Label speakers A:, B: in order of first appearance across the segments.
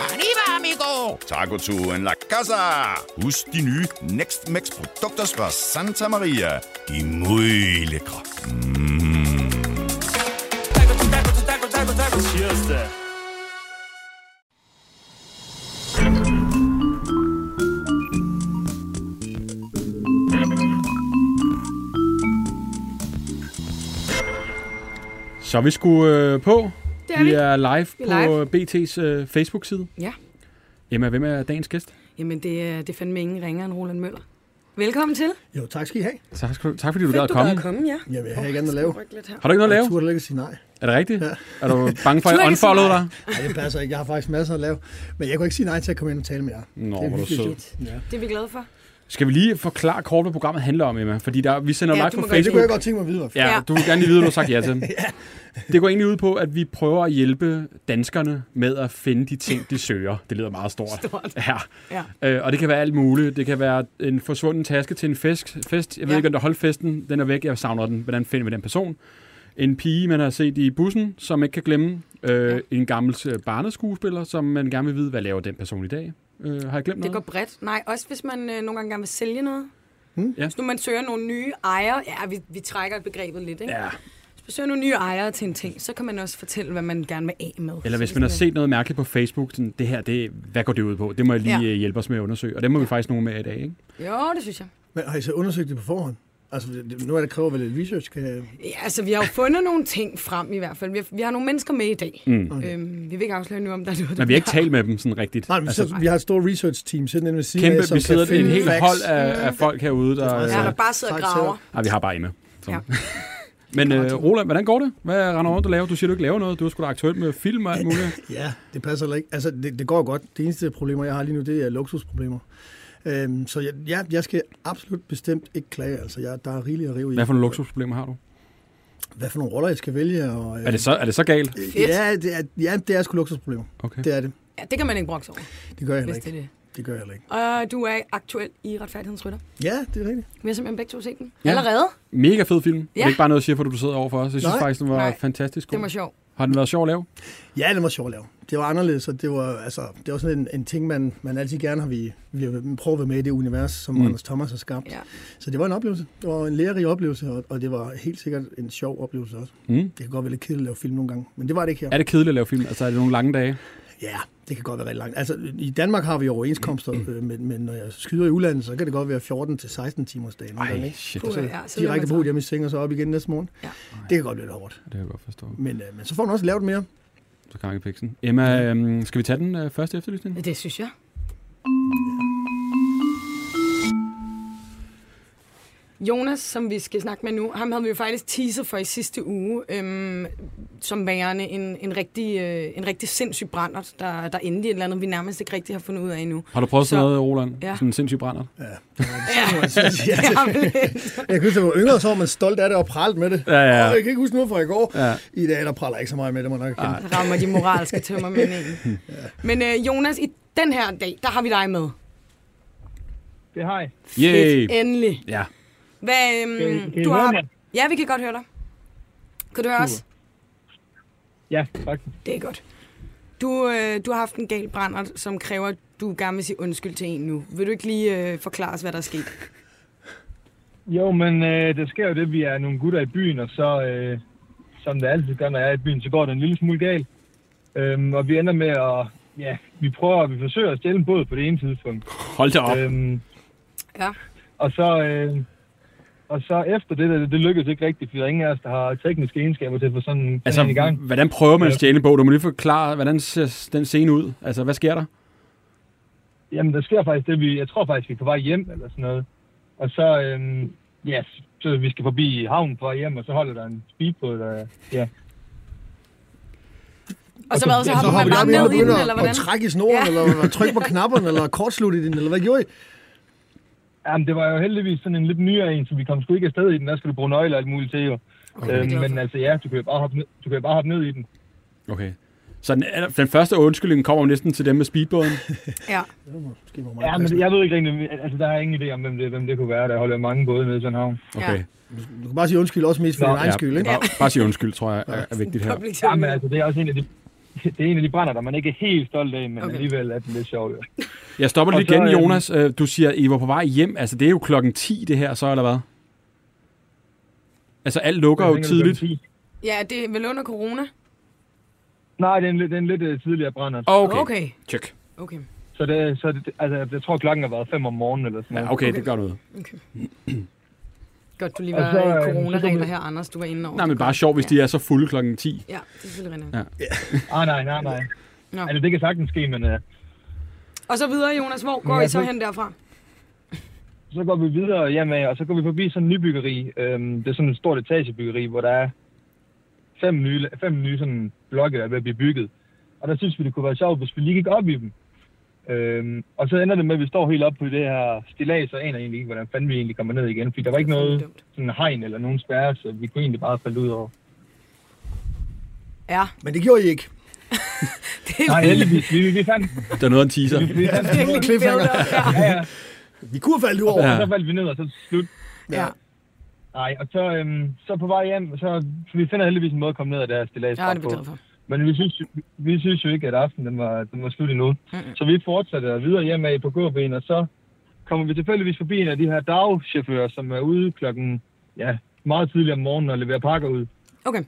A: Arriba, amigo!
B: Taco to en la casa. Husk de nye Next Max produkter fra Santa Maria. De er muy lækre. Mm.
C: Så er vi sgu øh, på.
D: Det er vi.
C: vi er live
D: Vi
C: på
D: er live.
C: øh, BT's øh, Facebook-side.
D: Ja.
C: Emma, hvem er dagens gæst?
D: Jamen, det, er- det er fandme ingen ringer end Roland Møller. Velkommen til.
E: Jo, tak skal I have.
C: Tak, skal du- tak fordi du gad at komme.
D: komme, ja.
E: Jamen, jeg har ikke andet at lave.
D: Rykke lidt her.
C: Har du ikke noget at lave?
E: Jeg turde heller ikke at sige nej.
C: Er det rigtigt?
E: Ja.
C: Er du bange for, at jeg
D: Turde ikke sige
C: unfollowede
D: nej.
C: dig?
E: Nej, det passer ikke. Jeg har faktisk masser at lave. Men jeg kunne ikke sige nej til at komme ind og tale med jer.
C: Nå,
E: det
C: hvor er du
E: virkelig
C: sød.
E: sødt. Ja.
D: Det er vi glade for.
C: Skal vi lige forklare kort, hvad programmet handler om, Emma? Fordi der, vi sender
D: Ja,
C: ja, live
D: du
C: på
D: må godt-
E: Det kunne
C: Facebook.
E: jeg godt tænke mig at vide. hvorfor.
C: Ja,
D: Ja.
C: du vil gerne lige vide, hvad du har sagt ja til. Det går egentlig ud på, at vi prøver at hjælpe danskerne med at finde de ting, de søger. Det lyder meget stort.
D: Stort.
C: Ja.
D: Ja.
C: Øh, og det kan være alt muligt. Det kan være en forsvunden taske til en fest. fest. Jeg ved
D: Ja.
C: ja. ikke, om der holdt festen. Den er væk. Jeg savner den. Hvordan finder vi den person? En pige, man har set i bussen, som ikke kan glemme. Øh,
D: Ja.
C: En gammel øh, barneskuespiller, som man gerne vil vide, hvad laver den person i dag? Øh, har jeg glemt
D: Det
C: noget?
D: går bredt. Nej, også hvis man øh, nogle gange gerne vil sælge noget.
E: Hmm.
C: Ja.
D: Hvis nu man søger nogle nye ejere, ja, vi, vi trækker begrebet lidt, ikke?
C: Ja.
D: Hvis man søger nogle nye ejere til en ting, så kan man også fortælle, hvad man gerne vil af med.
C: Eller hvis
D: Så
C: man har
D: sådan,
C: set noget mærke på Facebook, sådan, det her, det, hvad går det ud på? Det må jeg lige
D: Ja.
C: ja. hjælpe os med at undersøge. Og det må vi faktisk nogen med i dag, ikke?
D: øh, Jo, det synes jeg.
E: Men har I så undersøgt det på forhånd? Altså, det- nu er det kræver vel lidt research. Kan jeg...
D: Ja, altså, vi har jo fundet nogle ting frem i hvert fald. Vi har, vi har nogle mennesker med i dag.
C: Mm.
E: Okay.
D: Øhm, vi vil ikke afsløre nu, om der er noget, der
C: Men vi har ikke
D: bliver-
C: talt med dem sådan rigtigt.
E: Nej, men altså, vi har et stort research team siddende inde ved siden
C: Kæmpe,
E: af, som
C: vi
E: kan
C: sidder et
E: finde
C: helt
E: facts.
C: hold af, af folk herude, der...
E: Det er
D: Mm. Ja,
C: Ja.
D: der bare sidder og
E: Tak til
D: graver.
C: Ej, vi har bare Emma. Så.
D: Ja.
C: Ja. Men øh, Roland, hvordan går det? Hvad render rundt og laver? Du siger, du ikke laver noget. Du er sgu da aktuel med film og alt muligt.
E: Ja, det passer heller ikke. Altså, det, det går godt. Det eneste problemer, jeg har lige nu, det er luksusproblemer. Øhm, så jeg, ja, jeg skal absolut bestemt ikke klage. Altså, jeg, der er rigeligt at rive i.
C: Hvad for nogle luksusproblemer har du?
E: Hvad for nogle roller, jeg skal vælge. Og, øh,
C: Er det så, er det så galt?
D: Fedt.
E: Ja, det er, ja, det er sgu luksusproblemer.
C: Okay.
E: Det er det.
D: Ja, det kan man ikke brokse over,
E: Det gør jeg heller
D: hvis det
E: ikke.
D: er det.
E: Det gør jeg heller ikke.
D: Og du er aktuel i retfærdighedens rytter.
E: Ja, det er rigtigt.
D: Vi har simpelthen begge to set den.
C: Ja.
D: Allerede?
C: Mega fed film. Det
D: Ja.
C: er ikke bare noget, jeg siger, for du sidder over for os. Jeg synes
E: Nej.
C: faktisk, den var
D: Nej.
C: fantastisk
D: Det var
C: god.
D: sjovt.
C: Har den været sjov at lave?
E: Ja, det var sjovt at lave. Det var anderledes, og det var, altså, det var sådan en, en ting, man, man altid gerne har vi, vi prøvet at være med i det univers, som
C: Mm.
E: mm. Anders Thomas har skabt.
D: Ja.
E: Så det var en oplevelse. Det var en lærerig oplevelse, og, og det var helt sikkert en sjov oplevelse også.
C: Mm.
E: Det kan godt være lidt kedeligt at lave film nogle gange, men det var det ikke her.
C: Er det kedeligt at lave film? Altså, er det nogle lange dage?
E: Ja, det kan godt være rigtig langt. Altså, i Danmark har vi overenskomster,
C: Mm.
E: øh, men, men når jeg skyder i udlandet, så kan det godt være 14-16 timers dag. nogle gange,
C: Ej,
E: ikke?
C: shit.
D: Puh,
E: Så
D: ja, så
E: direkte
D: laver man
E: på hjemme i seng og så op igen næste morgen.
D: Ja.
E: Det kan godt blive lidt hårdt.
C: Det kan jeg godt forstå.
E: Men, øh, men så får man også lavet mere.
C: Så kan jeg piksen. Emma, øhm, skal vi tage den øh, første efterlysning?
D: Det synes jeg. Jonas, som vi skal snakke med nu, ham havde vi jo faktisk teaset for i sidste uge, øhm, som værende en, en, rigtig, øh, en rigtig sindssyg brændert, der, der endte i et eller andet, vi nærmest ikke rigtig har fundet ud af endnu.
C: Har du prøvet sådan
D: Så-
C: noget, Roland?
D: Ja.
C: Sådan en sindssyg brænder?
E: Ja.
D: Ja,
E: Jeg kan huske, at jeg var yngre, så var man stolt af det og pralt med det.
C: Ja, ja, ja.
E: Og jeg kan ikke huske noget fra i går.
C: Ja.
E: I dag, der praller jeg ikke så meget med det, må jeg nok kende.
D: Så rammer de moralske tømmermænd ind. Men øh, Jonas, i den her dag, der har vi dig med.
F: Det har jeg.
C: Yay!
D: Fedt, endelig.
C: Ja.
D: Hvad,
F: Kan I-
D: øhm,
F: kan I
D: du
F: høre
D: har...
F: mig?
D: Ja, vi kan godt høre dig. Kan du høre os?
F: Ja, faktisk.
D: Det er godt. Du, øh, du har haft en gal brændert, som kræver, at du gerne vil sige undskyld til en nu. Vil du ikke lige øh, forklare os, hvad der er sket?
F: Jo, men øh, der sker jo det, vi er nogle gutter i byen, og så, øh, som det altid gør, når jeg er i byen, så går det en lille smule galt. Øhm, og vi ender med at, ja, vi prøver, vi forsøger at stjæle en båd på det ene tidspunkt.
C: Hold da op.
F: Øhm,
D: Ja.
F: og så, øh, og så efter det, der, det lykkedes ikke rigtigt, fordi der er ingen af os, der har tekniske egenskaber til at få sådan en
C: Altså,
F: altså, i gang.
C: hvordan prøver man at
F: Ja.
C: stjæle en bog? Du må lige forklare, hvordan ser den scene ud? Altså, hvad sker der?
F: Jamen, der sker faktisk det, vi, jeg tror faktisk, vi er på vej hjem eller sådan noget. Og så, øhm, ja, så vi skal forbi havnen på vej hjem, og så holder der en speedbåd, der, ja.
D: Og så, hvad, så
E: Så
D: hopper man
E: hopper
D: bare
E: jeg med og
D: med i den,
E: begynder
D: eller
E: at-
D: hvordan?
E: at trække i snoren,
D: Ja.
E: eller trykke på knapperne, eller kortslutte i den, eller hvad gjorde I?
F: Jamen, det var jo heldigvis sådan en lidt nyere en, så vi kom sgu ikke afsted i den. Der skal du bruge nøgler og alt muligt til, jo.
D: det er
F: Okay,
D: jeg glad
F: øhm, men
D: for.
F: altså, ja, du kan jo bare hoppe ned, du kan jo bare hoppe ned i den.
C: Okay. Så den, aller- den første undskyldning kommer jo næsten til dem med speedbåden.
D: Ja.
E: Det var måske for meget
F: Ja, men jeg ved ikke rigtig, altså, der er ingen idé om, hvem det, hvem det kunne være, der holder mange både nede i sådan en havn.
C: Okay.
E: Du kan bare sige undskyld, også mest for
F: Nå,
E: din egen
C: ja,
E: skyld, ikke?
C: Bare, bare sige undskyld, tror jeg, er, er vigtigt her.
D: Public
F: Ja, men
D: service.
F: altså, det er også en af de, det er en af de brænder, der man ikke er helt stolt af, men okay. alligevel er den lidt sjov. Jo.
C: Jeg stopper
F: Og
C: lige
F: så,
C: igen,
F: øh,
C: Jonas. Øh, Du siger, I var på vej hjem. Altså, det er jo klokken 10, det her, så eller hvad? Altså, alt lukker
F: Jeg
C: jo
F: tænker, det er
C: tidligt.
F: en ti.
D: Ja, det er vel under corona?
F: Nej, det er en, lidt- det er en lidt øh, tidligere brænder.
C: Okay, okay.
D: Okay.
C: Tjek.
D: okay.
F: Så, det, så det, altså, jeg tror, klokken har været 5 om morgenen eller sådan
C: Ja,
F: noget.
C: okay, det gør noget.
D: Godt, du lige
F: Og
D: var
F: så, øh,
D: i
F: så kan
D: coronaregler
F: vi-
D: her, Anders. Du var inde over.
C: Nej, men bare sjovt, hvis de er så fulde klokken 10.
D: Ja, det er selvfølgelig rigtigt.
C: Ja.
D: Ja.
F: Ah, nej, nej, nej.
D: Nå.
F: Altså, det kan sagtens ske, men uh,
D: Og så videre, Jonas. Hvor går
F: Men jeg
D: I så
F: ved-
D: hen derfra?
F: så går vi videre hjemad, og så går vi forbi sådan en nybyggeri. Øhm, det er sådan et stort etagebyggeri, hvor der er fem nye, fem nye sådan blokke, der er ved at blive bygget. Og der synes vi, det kunne være sjovt, hvis vi lige gik op i dem. Øhm, og så ender det med, at vi står helt op på det her stilas, og aner egentlig ikke, hvordan fanden vi egentlig kommer ned igen. Fordi der var ikke
D: Det er
F: noget
D: fandme dumt.
F: sådan hegn eller nogen spærre, så vi kunne egentlig bare falde ud over.
D: Ja,
E: Men det gjorde I ikke.
F: Nej, heldigvis. Vi, vi, vi fandt den.
C: Der er noget af en teaser.
F: Vi, vi fandt den.
D: virkelig
E: cliffhanger.
D: bævlet op. Ja.
F: Ja, ja.
E: Vi kunne have faldet over.
C: Ja.
E: Ja.
F: Og så faldt vi ned, og så slut.
D: ja.
F: Nej, og så, øhm, så på vej hjem, så vi finder heldigvis en måde at komme ned af det her stillads.
D: Ja, det er vi glade for.
F: Men vi synes, jo- vi synes jo ikke, at aftenen den var, den var slut endnu. Mm-hmm. Så vi fortsatte videre hjem af på gåben, og så kommer vi tilfældigvis forbi en af de her dagchauffører, som er ude klokken ja, meget tidligt om morgenen og leverer pakker ud.
D: Okay.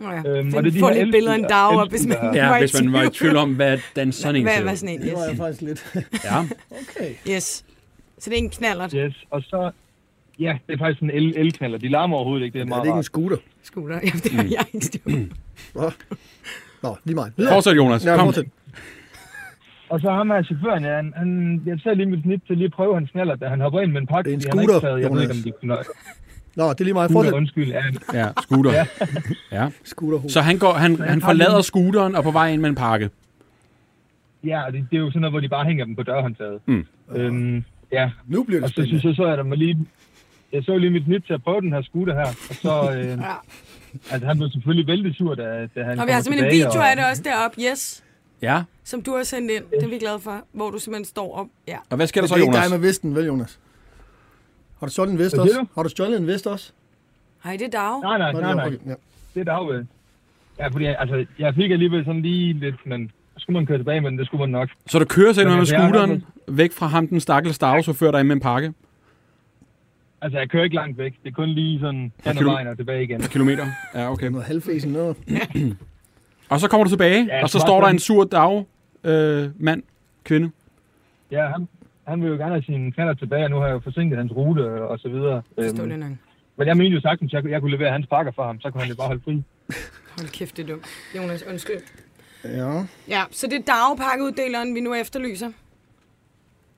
D: Nå ja,
F: Øhm,
D: øhm,
F: og det er de
D: får
F: her
D: lidt
F: elcykler-
D: billeder en dag op, hvis man
F: elcykler-
D: var
C: Ja,
D: i
C: hvis man var i tvivl om, hvad den sådan en
D: Hvad
C: ser
D: var
C: ud.
D: sådan en?
E: Det var jeg
D: Yes.
E: faktisk lidt.
C: Ja,
E: Okay.
D: yes. Så det er en knallert
F: Yes, og så... Ja, det er faktisk sådan en el- elknaller. De larmer overhovedet ikke, det er
E: Ja,
F: meget
E: det er ikke
F: rart.
E: en scooter.
D: skulder. Ja, det
C: Mm.
D: har jeg ikke styr på.
E: Nå, Nå lige meget.
C: fortsæt Jonas.
E: Ja,
C: Kom.
E: fortsæt.
F: Og så ham her chaufføren, ja, han, han, jeg ser lige mit snit til lige at prøve hans knaller, da han hopper ind med en pakke.
E: Det er en
F: fordi han har ikke
E: scooter,
F: taget- Jeg ved ikke, om
E: Jonas.
F: de kunne nøje.
E: Nå, det er lige meget.
F: Scooter,
E: Fortsæt.
F: undskyld. Ja,
C: Ja, scooter. Ja.
E: Scooter.
C: Så han, går, han, han forlader scooteren og på vej ind med en pakke.
F: ja og det, det, er jo sådan noget, hvor de bare hænger dem på dørhåndtaget. Mm. Øhm, ja,
E: Nu bliver
F: og
E: det
F: så synes
E: spændende.
F: jeg, så er der mig lige... Jeg så lige mit snit til at prøve den her scooter her, og så... Øh,
D: Ja.
F: altså, han blev selvfølgelig vældig sur, da, da han
D: Og
F: kommer
D: vi har simpelthen en
F: tilbage,
D: video
F: og-
D: af det også deroppe, yes,
C: Ja,
D: som du har sendt ind. Det er vi glade for, hvor du simpelthen står op. Ja.
C: og hvad sker der
E: Men
C: så,
E: det er ikke dig
C: Jonas?
E: med vesten, vel Jonas? Har du stjålet en vest
F: Hvad siger
E: også? Har du stjålet en vest også?
D: Hej, det er Dag.
F: Nej, nej,
E: Nå,
F: nej, nej.
E: okay, ja.
F: Det er dagved. Ja, fordi altså, jeg fik alligevel sådan lige lidt, men skulle man køre tilbage, men det skulle man nok.
C: Så du kører simpelthen med
F: Men jeg er
C: scooteren væk fra ham, den stakkels stavsofør, der er inde med en pakke.
F: Altså, jeg kører ikke langt væk. Det er kun lige sådan hen ad
C: kilo-
F: vejen og tilbage igen.
C: Kilometer. Ja, okay.
E: Noget halvfæsen noget.
C: Og så kommer du tilbage,
F: Ja,
C: og så
F: smart
C: står der
F: mand.
C: en sur dag, øh, mand, kvinde.
F: Ja, han, han vil jo gerne have sin knaller tilbage, og nu har jeg jo forsinket hans rute øh, og så videre.
D: Forstår det
F: Øhm,
D: nok.
F: men jeg mente jo sagtens, at jeg, kunne- jeg kunne levere hans pakker for ham, så kunne han jo bare holde fri.
D: Hold kæft, det er dumt. Jonas, undskyld.
E: Ja.
D: Ja, så det er dagpakkeuddeleren, vi nu efterlyser.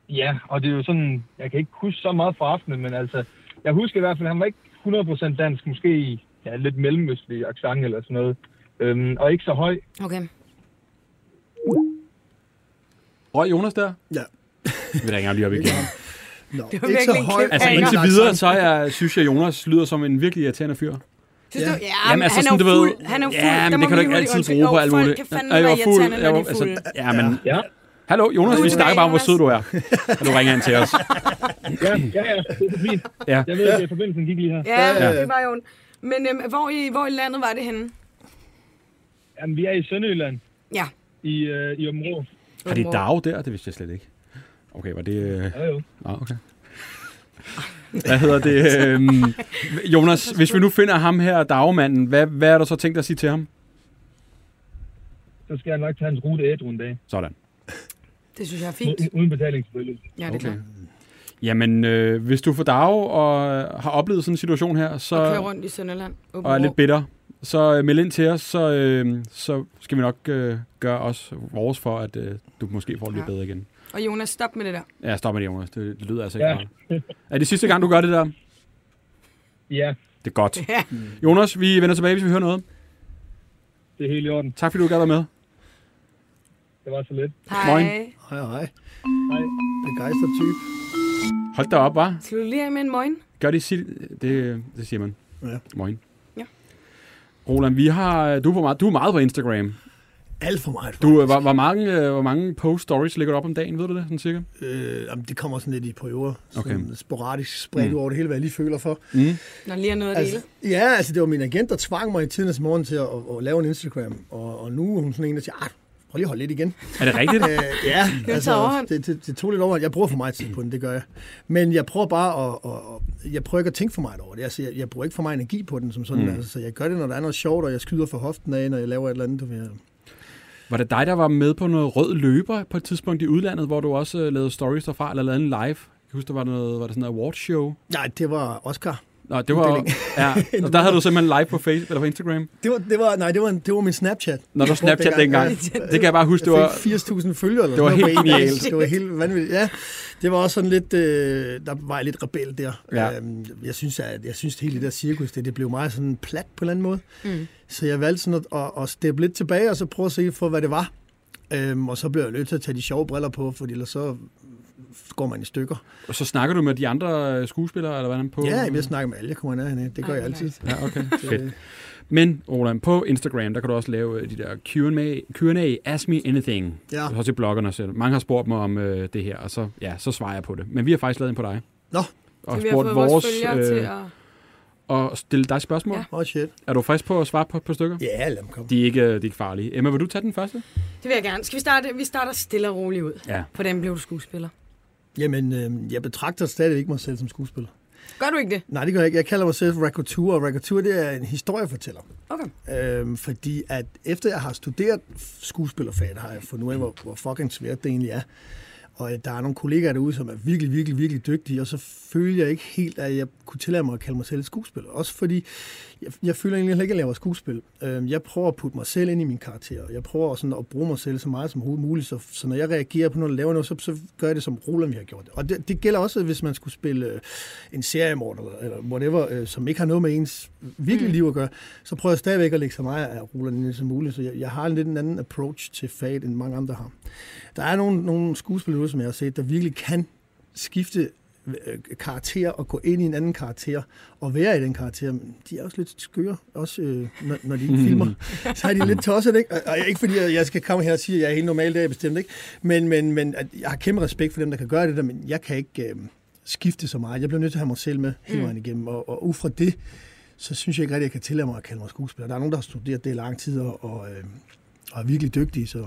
F: Ja, og det er jo sådan, jeg kan ikke huske så meget fra aftenen, men altså, jeg husker i hvert fald, at han var ikke 100% dansk, måske ja, lidt mellemøstlig accent eller sådan noget. Øhm, og ikke så høj.
D: Okay.
C: Røg Jonas der?
E: Ja.
C: Vi ringer lige op igen.
E: Nå,
D: Det var
E: ikke så
D: virkelig en
E: høj.
D: kæmpe
C: Altså
D: Ja,
C: indtil
D: ja.
C: videre, så jeg, synes jeg, Jonas lyder som en virkelig irriterende fyr.
D: Synes
E: Ja.
D: du? Ja, Jamen,
C: altså,
D: altså, han er
C: sådan,
D: jo
C: du ved-
D: fuld. Han er jo fuld.
C: Ja,
D: Der
C: men
D: må
C: det kan du
D: vi
C: ikke
D: lige
C: altid
D: hurtigt
C: bruge på
D: undskylde.
C: alt
D: Jo,
C: muligt.
D: Folk kan
C: Ja,
D: fandme
C: jeg
D: være
C: var fuld,
D: irriterende,
C: jeg
D: når
C: var-
D: de er fulde.
C: altså, Ja, men
F: Ja,
C: Hallo, Jonas,
D: Du
C: vi
D: er
C: snakker
D: tilbage,
C: bare om, hvor
D: Jonas.
C: sød du er. Og du ringer ind til os.
F: ja, ja, ja det er fint.
C: Ja.
F: Jeg ved ikke, at forbindelsen gik lige her.
D: Ja,
E: Ja.
D: det var jo... en- Men øhm, hvor, i, hvor i landet var det henne?
F: Jamen, vi er i Sønderjylland,
D: Ja.
F: i, øh, i Områ.
C: Er det Dag der? Det vidste jeg slet ikke. Okay, var det... Øh...
F: Ja, jo.
C: Nå, okay. Hvad hedder det? Øhm, Jonas, hvis vi nu finder ham her, dagmanden, hvad, hvad er der så tænkt at sige til ham?
F: Så skal jeg nok tage hans rute ædru en dag.
C: Sådan.
D: Det synes jeg er fint.
F: Uden betaling selvfølgelig.
D: Ja, det er
C: Mm-hmm. Okay.
D: klart.
C: Jamen, øh, hvis du får dag og øh, har oplevet sådan en situation her, så,
D: Og køre rundt i Sønderland. Åben
C: og er lidt
D: Rå.
C: bitter, så øh, meld ind til os, så, øh, så skal vi nok øh, gøre os vores for, at øh, du måske får det lidt
D: Ja.
C: bedre igen.
D: Og Jonas, stop med det der.
C: Ja, stop med det, Jonas. Det, det lyder altså ikke
F: Ja.
C: godt. Er det sidste gang, du gør det der?
F: Ja,
C: Det er godt.
D: Ja.
C: Jonas, vi vender tilbage, hvis vi hører noget.
F: det er helt i orden.
C: Tak fordi du gad være med.
F: Det var så lidt.
C: Moin.
D: Hej.
E: Hej, hej. Begejstret type.
C: Hold da op, hva'?
D: Slut lige af med en moin.
C: Gør det, sil- det, det siger man.
E: Ja.
C: Moin.
D: Ja.
C: Roland, vi har, du, er på meget, du er meget på Instagram.
E: Alt for meget.
C: Du, øh, hvor, hvor, mange, øh, hvor mange post-stories ligger du op om dagen, ved du det, sådan cirka?
E: Øh, jamen, det kommer sådan lidt i perioder.
C: Okay.
E: Okay. Sådan sporadisk spredt
C: Mm.
E: mm. over det hele, hvad jeg lige føler for.
C: Mm.
D: Når lige er noget af det
E: Altså,
D: hele.
E: ja, altså det var min agent, der tvang mig i tidens morgen til at, at, at lave en Instagram. Og, og nu er hun sådan en, der siger, "Ah, prøv lige at holde lidt igen.
C: Er det rigtigt?
E: Øh, ja,
D: har taget overhånd.
E: det, det, det tog lidt overhånd. Jeg bruger for meget tid på den, det gør jeg. Men jeg prøver bare at, at, at jeg prøver ikke at tænke for meget over det. Altså, jeg, jeg bruger ikke for meget energi på den som sådan.
C: Mm.
E: Mm. Altså, så jeg gør det, når der er noget sjovt, og jeg skyder for hoften af, når jeg laver et eller andet. Du ved.
C: Var det dig, der var med på noget rød løber på et tidspunkt i udlandet, hvor du også øh, lavede stories derfra, eller lavede en live? Jeg kan huske, der var, noget, var der sådan noget awardshow.
E: Nej, det var Oscar.
C: Nå, det var...
E: Uddeling.
C: Ja, og der havde du simpelthen live på Facebook eller på Instagram.
E: Det var, det var, nej, det var, en, det var min Snapchat.
C: Når du
E: Jeg brugte
C: Snapchat dengang.
E: Ja.
C: Det kan jeg bare huske, det var...
E: Jeg fik 80.000 følgere. Eller
C: Det var
E: sådan noget
C: helt
E: på en dag.
C: genialt.
E: Det var helt vanvittigt. Ja, det var også sådan lidt... Øh, der var jeg lidt rebel der.
C: Ja.
E: Øhm, jeg synes, at jeg synes, at hele det der cirkus, det, det blev meget sådan plat på en eller anden måde.
D: Mm.
E: Så jeg valgte sådan at, at, at steppe lidt tilbage, og så prøve at se for, hvad det var. Øhm, og så blev jeg nødt til at tage de sjove briller på, for ellers så går man i stykker.
C: Og så snakker du med de andre øh, skuespillere, eller hvordan på...
E: Ja, jamen, jeg snakker med alle, jeg kommer ned hernede. Det gør
D: Ej,
E: jeg
D: hvor
E: altid. øh,
D: nice.
C: Ja, okay.
E: Det-
C: Fedt. Men, Roland, på Instagram, der kan du også lave øh, de der Q&A, Q&A Ask Me Anything.
E: Ja.
C: Og så til bloggerne selv. Mange har spurgt mig om øh, det her, og så, ja, så svarer jeg på det. Men vi har faktisk lavet en på dig.
E: Nå.
C: Og
D: Så vi har
C: spurgt
D: fået vores,
C: vores,
D: følgere til
C: øh,
D: at...
C: og stille dig spørgsmål. Ja.
D: Ja.
E: Oh shit.
C: Er du frisk på at svare på et par stykker?
E: Ja, lad mig komme.
C: De er, ikke, øh, de er ikke farlige. Emma, vil du tage den første?
D: Det vil jeg gerne. Skal vi starte? Vi starter stille og roligt ud.
C: Ja.
D: Hvordan blev du skuespiller?
E: Jamen, øh, jeg betragter stadig ikke mig selv som skuespiller.
D: Gør du ikke det?
E: Nej, det gør jeg ikke. Jeg kalder mig selv raconteur, og raconteur, det er en historiefortæller.
D: Okay.
E: Øhm, fordi at efter jeg har studeret skuespillerfaget, har jeg fundet ud af, hvor, hvor fucking svært det egentlig er. Og øh, der er nogle kollegaer derude, som er virkelig, virkelig, virkelig dygtige, og så føler jeg ikke helt, at jeg kunne tillade mig at kalde mig selv skuespiller. Også fordi jeg, jeg føler egentlig heller ikke, at jeg laver skuespil. Øhm, jeg prøver at putte mig selv ind i min karakter, og jeg prøver sådan at bruge mig selv så meget som overhovedet muligt. Så, så når jeg reagerer på noget, laver noget, så, så gør jeg det, som Roland vi har gjort det. Og det, det gælder også, hvis man skulle spille øh, en seriemord eller, eller whatever, øh, som ikke har noget med ens virkelige
D: Mm.
E: liv at gøre, så prøver jeg stadigvæk at lægge så meget af Roland ind som muligt. Så jeg, jeg har en lidt en anden approach til faget, end mange andre har. Der er nogle, nogle skuespillere, som jeg har set, der virkelig kan skifte øh, karakter og gå ind i en anden karakter og være i den karakter, men de er også lidt skøre, også øh, når, når de ikke
C: Mm.
E: filmer. Så er de lidt tosset, ikke? Og, og ikke fordi jeg, jeg skal komme her og sige, at jeg er helt normal, det er jeg bestemt ikke. Men, men, men at jeg har kæmpe respekt for dem, der kan gøre det der, men jeg kan ikke øh, skifte så meget. Jeg bliver nødt til at have mig selv med hele
D: Mm.
E: vejen igennem, og, og ud fra det, så synes jeg ikke rigtig, jeg kan tillade mig at kalde mig skuespiller. Der er nogen, der har studeret det i lang tid og, og, øh, og er virkelig dygtige, så,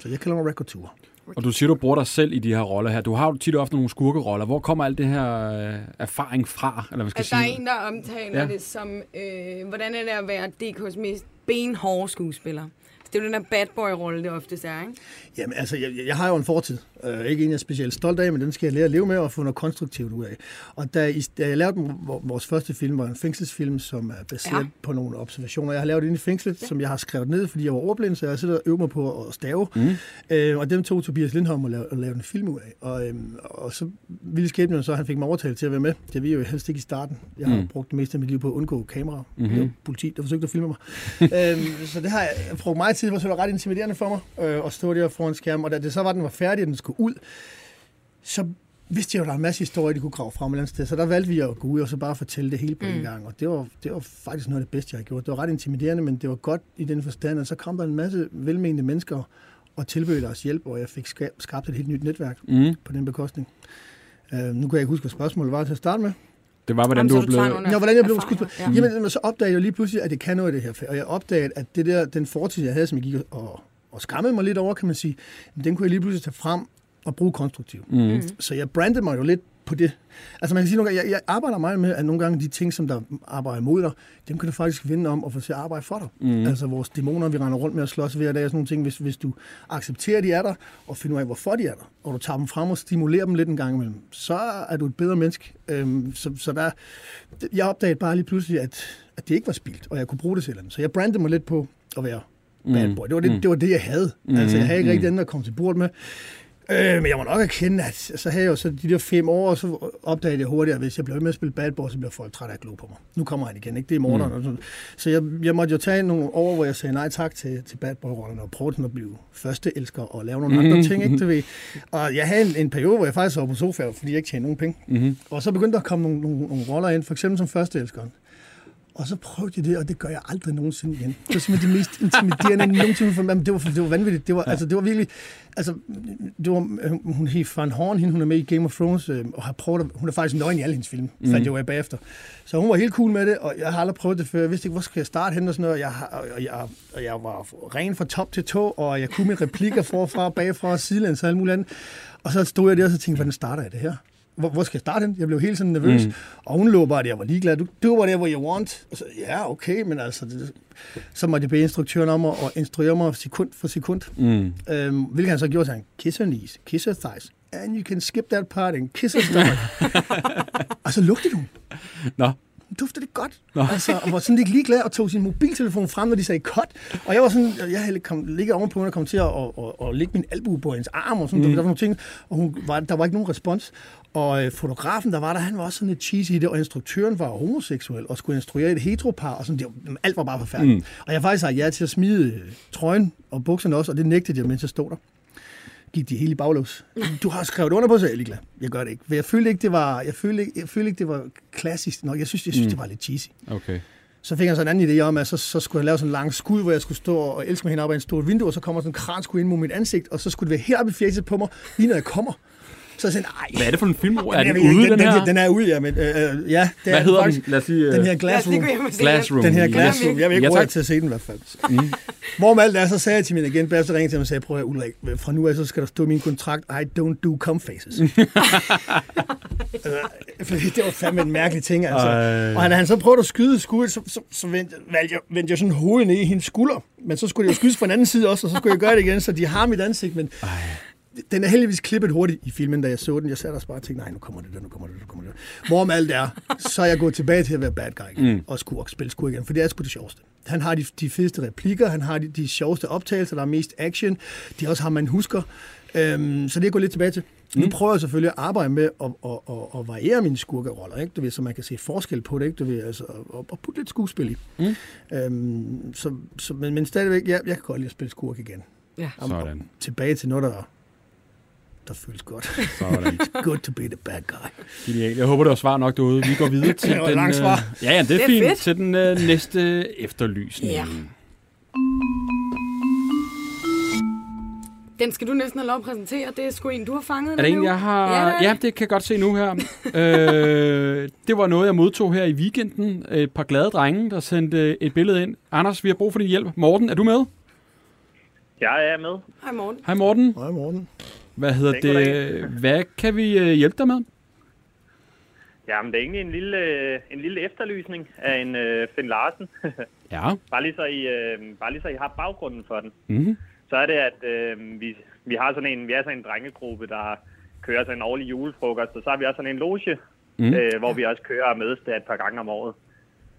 E: så jeg kalder mig rekordur.
C: Og du siger, du bruger dig selv i de her roller her. Du har jo tit og ofte nogle skurkeroller. Hvor kommer alt det her øh, erfaring fra? Eller hvad skal
D: At der
C: jeg
D: er
C: sige?
D: en, der omtaler
C: Ja.
D: ja. det som, øh, hvordan er det at være DK's mest benhårde skuespiller? Så det er jo den der bad boy-rolle, det oftest er, ikke?
E: Jamen, altså, jeg, jeg har jo en fortid. Øh, ikke en, jeg er specielt stolt af, men den skal jeg lære at leve med og få noget konstruktivt ud af. Og da, I, da jeg lavede den- vor- vores første film, var en fængselsfilm, som er baseret
D: Ja.
E: ja. på nogle observationer. Jeg har lavet den i fængslet, ja. som jeg har skrevet ned, fordi jeg var ordblind, så jeg sidder og øver mig på at stave. Mm. Øh, og dem tog Tobias Lindholm og lavede, og lavede en film ud af. Og, øhm, og så ville skæbnen jo så, at han fik mig overtalt til at være med. Det ville jeg jo helst ikke i starten. Jeg har
C: Mm.
E: mm. brugt det meste af mit liv på at undgå kameraer.
C: Mhm.
E: Mm-hmm. Det var politi, der forsøgte at filme mig. øhm, så det har jeg brugt meget tid på, så det var ret intimiderende for mig øh, at stå der foran skærmen. Og da det så var, at den var færdig, og den skulle ud, så vidste jeg jo, at der er en masse historier, de kunne grave frem et eller andet sted. Så der valgte vi at gå ud og så bare fortælle det hele på
D: Mm.
E: en gang. Og det var, det var faktisk noget af det bedste, jeg har gjort. Det var ret intimiderende, men det var godt i den forstand. Og så kom der en masse velmenende mennesker og tilbød deres hjælp, og jeg fik ska- skabt et helt nyt netværk
C: Mm.
E: på den bekostning. Øh, nu kan jeg ikke huske, hvad spørgsmålet var til at starte med.
C: Det var, hvordan
D: Jamen,
C: du
D: så
C: var
D: tager
C: blevet...
D: nogle
E: Nå, hvordan jeg blev
D: erfaringer.
E: skudt
D: Ja.
E: Ja. Jamen, men så opdagede jeg lige pludselig, at det kan noget i det her fag. Og jeg opdagede, at det der, den fortid, jeg havde, som jeg gik og, og skammede mig lidt over, kan man sige, den kunne jeg lige pludselig tage frem og bruge konstruktivt.
C: Mm.
E: Så jeg brandede mig jo lidt på det. Altså man kan sige nogle gange, jeg, jeg arbejder meget med, at nogle gange de ting, som der arbejder imod dig, dem kan du faktisk vinde om og få til at arbejde for dig.
C: Mm.
E: Altså vores dæmoner, vi render rundt med og slås hver dag, og sådan nogle ting, hvis, hvis du accepterer, de er der, og finder ud af, hvorfor de er der, og du tager dem frem og stimulerer dem lidt en gang imellem, så er du et bedre menneske. Øhm, så, så der, jeg opdagede bare lige pludselig, at, at det ikke var spildt, og jeg kunne bruge det til et eller andet. Så jeg brandede mig lidt på at være bad boy. Det var det,
C: Mm.
E: mm. det, var det jeg havde. Mm. Altså, jeg havde ikke
C: Mm.
E: rigtig andet at komme til bord med. Øh, men jeg må nok erkende, at så havde jeg jo så de der fem år, og så opdagede jeg hurtigt, at hvis jeg blev ved med at spille bad boy, så bliver folk trætte af at glo på mig. Nu kommer han igen, ikke? Det er morderen. Mm. Og sådan. Så jeg, jeg måtte jo tage nogle år, hvor jeg sagde nej tak til, til bad boy-rollerne, og prøvede sådan at blive første elsker og lave nogle andre
C: Mhm.
E: ting, ikke? Du ved. Og jeg havde en, en periode, hvor jeg faktisk var på sofaen, fordi jeg ikke tjente nogen penge.
C: Mm-hmm.
E: Og så begyndte der at komme nogle, nogle, nogle roller ind, for eksempel som førsteelskeren. Og så prøvede jeg det, og det gør jeg aldrig nogensinde igen. Det var simpelthen det mest intimiderende nogensinde for mig. Men Det var, det var vanvittigt. Det var, ja. altså, det var virkelig... Altså, det var, øh, hun hed Van Horn, hende, hun er med i Game of Thrones, øh, og har prøvet at, hun er faktisk nøgen i alle hendes film, mm. fandt jeg jo af bagefter. Så hun var helt cool med det, og jeg har aldrig prøvet det før. Jeg vidste ikke, hvor skal jeg starte henne og sådan noget. Jeg, har- og jeg, og jeg var ren fra top til tå, og jeg kunne mine replikker forfra, bagfra, og sidelæns og alt muligt andet. Og så stod jeg der og så tænkte, hvordan starter jeg det her? Hvor, hvor skal jeg starte henne? Jeg blev helt sådan nervøs. Mm. Og hun lå bare, at jeg var ligeglad. Du, du var der, hvor jeg want. Og så, ja, okay, men altså... Det, så måtte jeg bede instruktøren om at, at instruere mig sekund for sekund. Mm. Øhm, hvilket han så gjorde, så han, kiss her knees, kiss her thighs, and you can skip that part and kiss her stomach. og så lugtede hun
C: Nå,
E: dufter det godt. Nå. Altså, og var sådan lidt ligeglad og tog sin mobiltelefon frem, når de sagde cut. Og jeg var sådan, jeg havde kom, ligget ovenpå hende og kom til at og, og, og lægge min albu på hendes arm og sådan mm. der, var nogle ting. Og hun var, der var ikke nogen respons. Og øh, fotografen, der var der, han var også sådan lidt cheesy i det, og instruktøren var homoseksuel og skulle instruere et heteropar, og sådan, det var, alt var bare forfærdeligt. Mm. Og jeg har faktisk sagt ja til at smide øh, trøjen og bukserne også, og det nægtede jeg, mens jeg stod der gik de hele i baglås. Du har skrevet under på, så jeg er ligeglad. Jeg gør det ikke. For jeg følte ikke, det var, jeg følte ikke, jeg følte ikke, det var klassisk nok. Jeg synes, jeg synes mm. det var lidt cheesy.
C: okay.
E: Så fik jeg sådan en anden idé om, at så, så skulle jeg lave sådan en lang skud, hvor jeg skulle stå og elske mig hen op ad en stor vindue, og så kommer sådan en kran skulle ind mod mit ansigt, og så skulle det være heroppe i fjeset på mig, lige når jeg kommer. Så jeg sådan, ej.
C: Hvad er det for en film? Er
E: jeg
C: den
E: ved ikke,
C: ude, den her?
E: Den, den er ude, ja. Men, øh, øh, ja det er
C: Hvad hedder den?
E: faktisk.
C: Lad os sige... øh,
E: Den her
D: Lad os lige
E: glasroom.
D: gå hjem og se
C: Glassroom.
E: Den her
C: Ja.
E: glasroom. Jeg vil ikke
C: Ja,
E: bruge
C: tak.
E: til at se den i hvert fald. Mm. Hvor med alt det er, så sagde jeg til min agent, bagefter ringede til mig og sagde, prøv at høre, Ulrik, fra nu af, så skal der stå i min kontrakt, I don't do cum faces. altså, fordi det var fandme en mærkelig ting, altså.
C: Ej.
E: Og han, han så prøvede at skyde skuddet, så, så, så vendte, valgte jeg, vendte jeg sådan hovedet ned i hendes skulder. Men så skulle det jo skydes fra den anden side også, og så skulle jeg gøre det igen, så de har mit ansigt, men den er heldigvis klippet hurtigt i filmen, da jeg så den. Jeg sad der også bare og tænkte, nej, nu kommer det der, nu kommer det der, nu kommer det der. Hvorom alt er, så er jeg gået tilbage til at være bad guy igen, mm. og skurk, spille skurk igen, for det er sgu det sjoveste. Han har de, de fedeste replikker, han har de, de sjoveste optagelser, der er mest action, de også har man husker. Øhm, så det er jeg gået lidt tilbage til. Mm. Nu prøver jeg selvfølgelig at arbejde med at, at, at, at variere mine skurkeroller, ikke? Du ved, så man kan se forskel på det, ikke? Du ved, altså, og, og putte lidt skuespil i. Mm. Øhm, så, så, men, men stadigvæk, ja, jeg kan godt lide at spille skurk igen.
D: Ja.
E: Og- og
C: Sådan.
E: Tilbage til noget, der, der føles godt.
C: Sådan.
E: Good to be the bad guy.
C: Genial. Jeg håber, det var svar nok derude. Vi går videre til
E: Det var et
C: den...
E: langt
C: øh,
E: svar.
C: Ja, ja, det er,
D: Det er
C: fint.
D: fedt.
C: Til den øh, næste efterlysning.
D: Ja. Den skal du næsten have lov at præsentere. Det er sgu en, du har fanget.
C: Er det en,
D: Nico?
C: jeg har...
D: Ja, det er
C: Ja, det kan jeg godt se nu her. øh, det var noget, jeg modtog her i weekenden. Et par glade drenge, der sendte øh, et billede ind. Anders, vi har brug for din hjælp. Morten, er du med?
A: Jeg er med.
D: Hej morgen.
C: Hej Morten.
E: Hej, Morten.
C: Hvad hedder
A: Tak,
C: det? Hvad kan vi øh, hjælpe dig med?
A: Jamen, det er egentlig en lille, øh, en lille efterlysning af en øh, Finn Larsen.
C: Ja.
A: bare, lige så I, øh, bare lige så I har baggrunden for den.
C: Mhm.
A: Så er det, at øh, vi, vi, har sådan en, vi er sådan en drengegruppe, der kører sådan en årlig julefrokost. Og så har vi også sådan en loge,
C: Mhm.
A: mm. øh, hvor vi også kører og mødes der et par gange om året.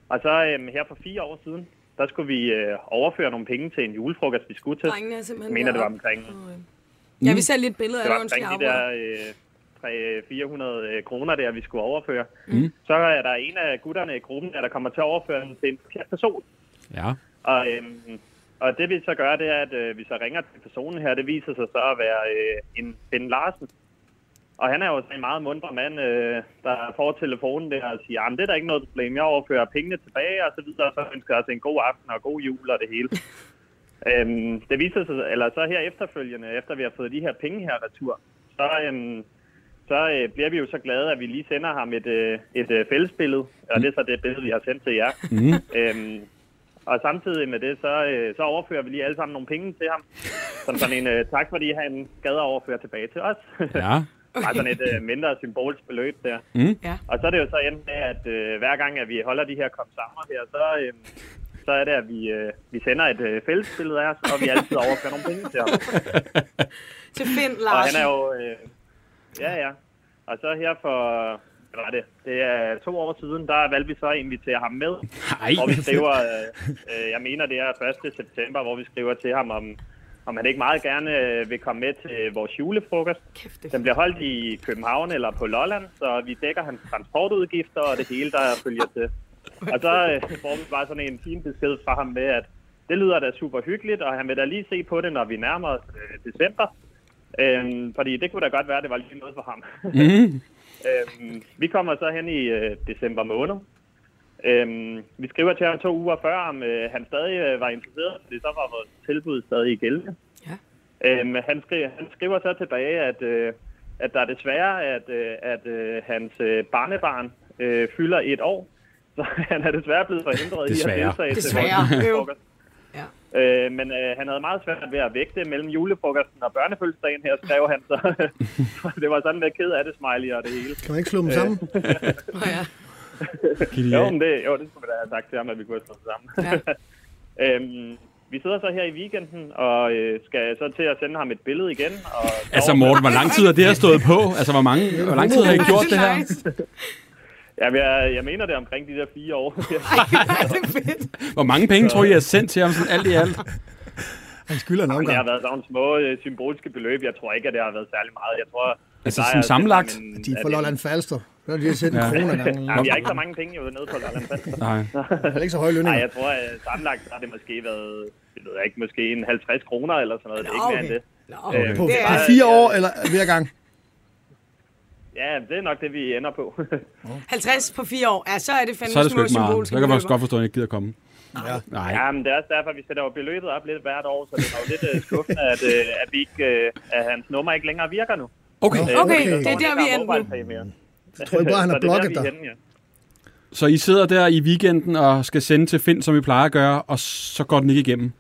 A: Og så øh, her for fire år siden, der skulle vi øh, overføre nogle penge til en julefrokost, vi skulle til.
D: Drengene er simpelthen
A: Jeg mener, det var
D: deroppe.
A: omkring
D: Og, øh,
C: Mm.
D: Ja, vi ser lidt billeder af
A: det
D: det,
A: var
D: undskyld,
A: omkring
D: jeg
A: de øh,
D: afbryder.
A: der 300-400 øh, kroner der, vi skulle overføre. Mm. Så er der en af gutterne i gruppen, der, der kommer til at overføre den til en forkert person.
C: Ja.
A: Og, øhm, og det vi så gør, det er, at øh, vi så ringer til personen her. Det viser sig så at være øh, en Ben Larsen. Og han er jo sådan en meget mundre mand, øh, der får telefonen der og siger, at det er der ikke noget problem, jeg overfører pengene tilbage, og så videre, og så ønsker jeg os en god aften og god jul og det hele. øhm, det viser sig, eller så her efterfølgende, efter vi har fået de her penge her retur, så, øhm, så øh, bliver vi jo så glade, at vi lige sender ham et, øh, et øh, fællesbillede, og det er så det billede, vi har sendt til jer. Mm. Øhm, og samtidig med det, så, øh, så overfører vi lige alle sammen nogle penge til ham. Som sådan en øh, tak, fordi han gad at overføre tilbage til os.
C: Ja.
A: Bare sådan et øh, mindre symbolsk beløb der.
D: Ja.
A: Og så er det jo så endt med, at øh, hver gang, at vi holder de her komsammer her, så, øh, så er det, at vi, øh, vi sender et øh, fællesbillede af os, og vi altid overfører nogle penge til ham.
D: Til Finn
A: Og
D: Larsen.
A: han er jo... Øh, ja, ja. Og så her for... Hvad var det? Det er to år siden, der valgte vi så at invitere ham med.
C: Ej.
A: Hvor vi skriver... Øh, øh, jeg mener, det er 1. september, hvor vi skriver til ham, om, om han ikke meget gerne øh, vil komme med til vores julefrokost.
D: Kæft, det er
A: Den bliver holdt i København eller på Lolland, så vi dækker hans transportudgifter og det hele, der følger til. Og så øh, får vi bare sådan en fin besked fra ham med, at det lyder da super hyggeligt, og han vil da lige se på det, når vi nærmer os øh, december. Øhm, fordi det kunne da godt være, at det var lige noget for ham.
C: Mhm.
A: øhm, vi kommer så hen i øh, december måned, Øhm, vi skriver til ham to uger før, om øh, han stadig øh, var interesseret, fordi så var vores tilbud stadig gældende.
D: Ja.
A: Øhm, han, skri- han skriver så tilbage, at, øh, at der er desværre, at, øh, at øh, hans øh, barnebarn øh, fylder et år, så han er desværre blevet forhindret i
C: Desværre.
A: at deltage
D: Desværre.
A: til vores julefrokost.
D: Ja.
A: Øh, men øh, han havde meget svært ved at vægte mellem julefrokosten og børnefødselsdagen her, skrev han så. det var sådan lidt ked af det, smiley og det hele.
E: Kan man ikke slå dem
A: Øh.
E: sammen?
D: Nå ja.
A: Jo,
C: Genial.
A: men det, jo, det skulle vi da have sagt til ham, at vi kunne have stået sammen.
D: Ja.
A: øhm, vi sidder så her i weekenden, og øh, skal så til at sende ham et billede igen. Og
C: Altså Morten, hvor lang tid har det her stået på? Altså hvor, mange, hvor lang tid har I gjort det her?
A: Jamen, jeg, jeg mener det er omkring de der fire år.
D: Ej, det er fedt.
C: Hvor mange penge tror I, I har sendt til ham sådan alt i alt? Altså,
E: Han skylder en
A: Men det har
E: omgang.
A: været sådan små øh, symbolske beløb. Jeg tror ikke, at det har været særlig meget. Jeg tror,
C: Altså,
A: der er
C: sådan
A: altså
C: sammenlagt?
A: sådan en-
E: De er
A: at
E: fra
A: det-
E: Lolland Falster. Så er de sendt en
C: Ja.
E: krone ad gangen.
A: Jamen, jeg har ikke så mange penge jo nede på Lolland Falster.
C: Nej.
E: Det er ikke så høje
A: Nej,
E: lønninger.
A: jeg tror, at sammenlagt så har det måske været, det ved jeg ikke, måske en 50 kroner eller sådan noget. Det er ikke mere end det.
D: Nå,
A: Øhm,
E: På
D: Det er-
E: fire år eller hver gang.
A: Ja, det er nok det, vi ender på.
D: 50 på fire år. Ja, så er det fandme
C: Så er det sgu
D: små
C: ikke meget.
D: symbolske
C: Så kan jeg faktisk
D: beløber.
C: godt forstå, at han ikke gider komme. Nej.
A: Ja, men det er også derfor, vi sætter jo beløbet op lidt hvert år, så det er jo lidt øh, skuffende, at, øh, at, vi ikke, øh, at hans nummer ikke længere virker nu.
C: Okay,
A: Øh,
D: Okay,
A: så
D: det er der, vi
A: er
D: er nu.
A: mobilepræmier.
E: Jeg tror ikke bare, han
A: Så
E: har blokket
A: det er der, vi
E: dig.
A: er henne, ja.
C: så I sidder der i weekenden og skal sende til Finn, som I plejer at gøre, og så går den ikke igennem.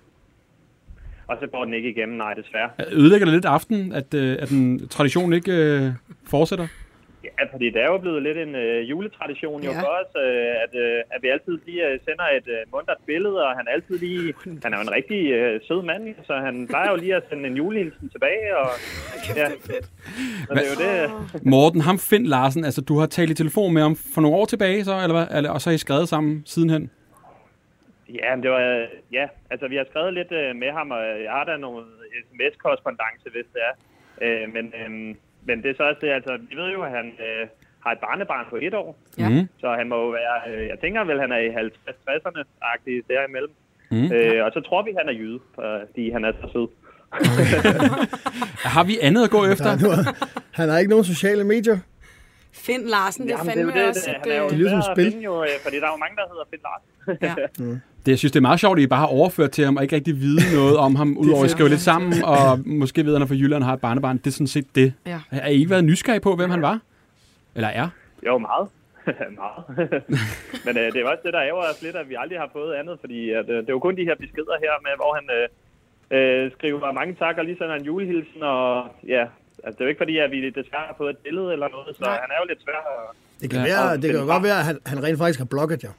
A: Og så går den ikke igennem, nej desværre.
C: Ødelægger det lidt aften, at, øh, at den tradition ikke øh, fortsætter?
A: Ja, fordi det er jo blevet lidt en øh, juletradition jo
D: Ja.
A: for os, øh, at, øh, at vi altid lige øh, sender et øh, mundret billede, og han er altid lige... Han er jo en rigtig øh, sød mand, så han plejer jo lige at sende en julehilsen tilbage, og... Ja. Så det er jo det...
C: Morten, ham Finn Larsen, altså du har talt i telefon med ham for nogle år tilbage, så, eller hvad? Eller, og så har I skrevet sammen sidenhen?
A: Ja, men det var, øh, ja, altså vi har skrevet lidt øh, med ham, og jeg har da noget sms-korrespondence, hvis det er. Øh, men, øh, men det er så også det, altså vi ved jo, at han øh, har et barnebarn på et år,
D: Ja.
C: Mhm.
A: så han må jo være, øh, jeg tænker vel, han er i 50-60'erne-agtig derimellem.
C: Mhm.
A: Mm. Øh, og så tror vi, han er jyde, fordi han er så sød.
C: Har vi andet at gå
E: Der er
C: efter?
E: noget- Han har ikke nogen sociale medier.
D: Finn Larsen, det er
A: Jamen,
D: fandme
A: jo
D: også et...
A: han er jo
D: øh,
E: Det lyder som
A: svær at
E: spil.
A: finde jo, øh, fordi der er jo mange, der hedder Finn Larsen.
D: Ja.
C: Det, jeg synes, det er meget sjovt, at I bare har overført til ham, og ikke rigtig vide noget om ham, udover at I skriver lidt sammen, og måske ved, at han er fra Jylland og har et barnebarn. Det er sådan set det.
D: Ja.
C: Har I ikke været nysgerrige på, hvem han var? Eller er?
A: Jo, meget. meget. Men øh, det er også det, der ærger os lidt, at vi aldrig har fået andet, fordi at, øh, det er jo kun de her beskeder her med, hvor han øh, øh, skriver mange tak og lige sender en julehilsen, og ja, altså, det er jo ikke fordi, at vi desværre har fået et billede eller noget, så
D: Nej.
A: han er jo lidt svær. at-
E: Det kan,
C: Ja.
E: være,
A: Og
E: det kan jo
A: den
E: godt
A: var-
E: være, at han, han rent faktisk har blokket jer.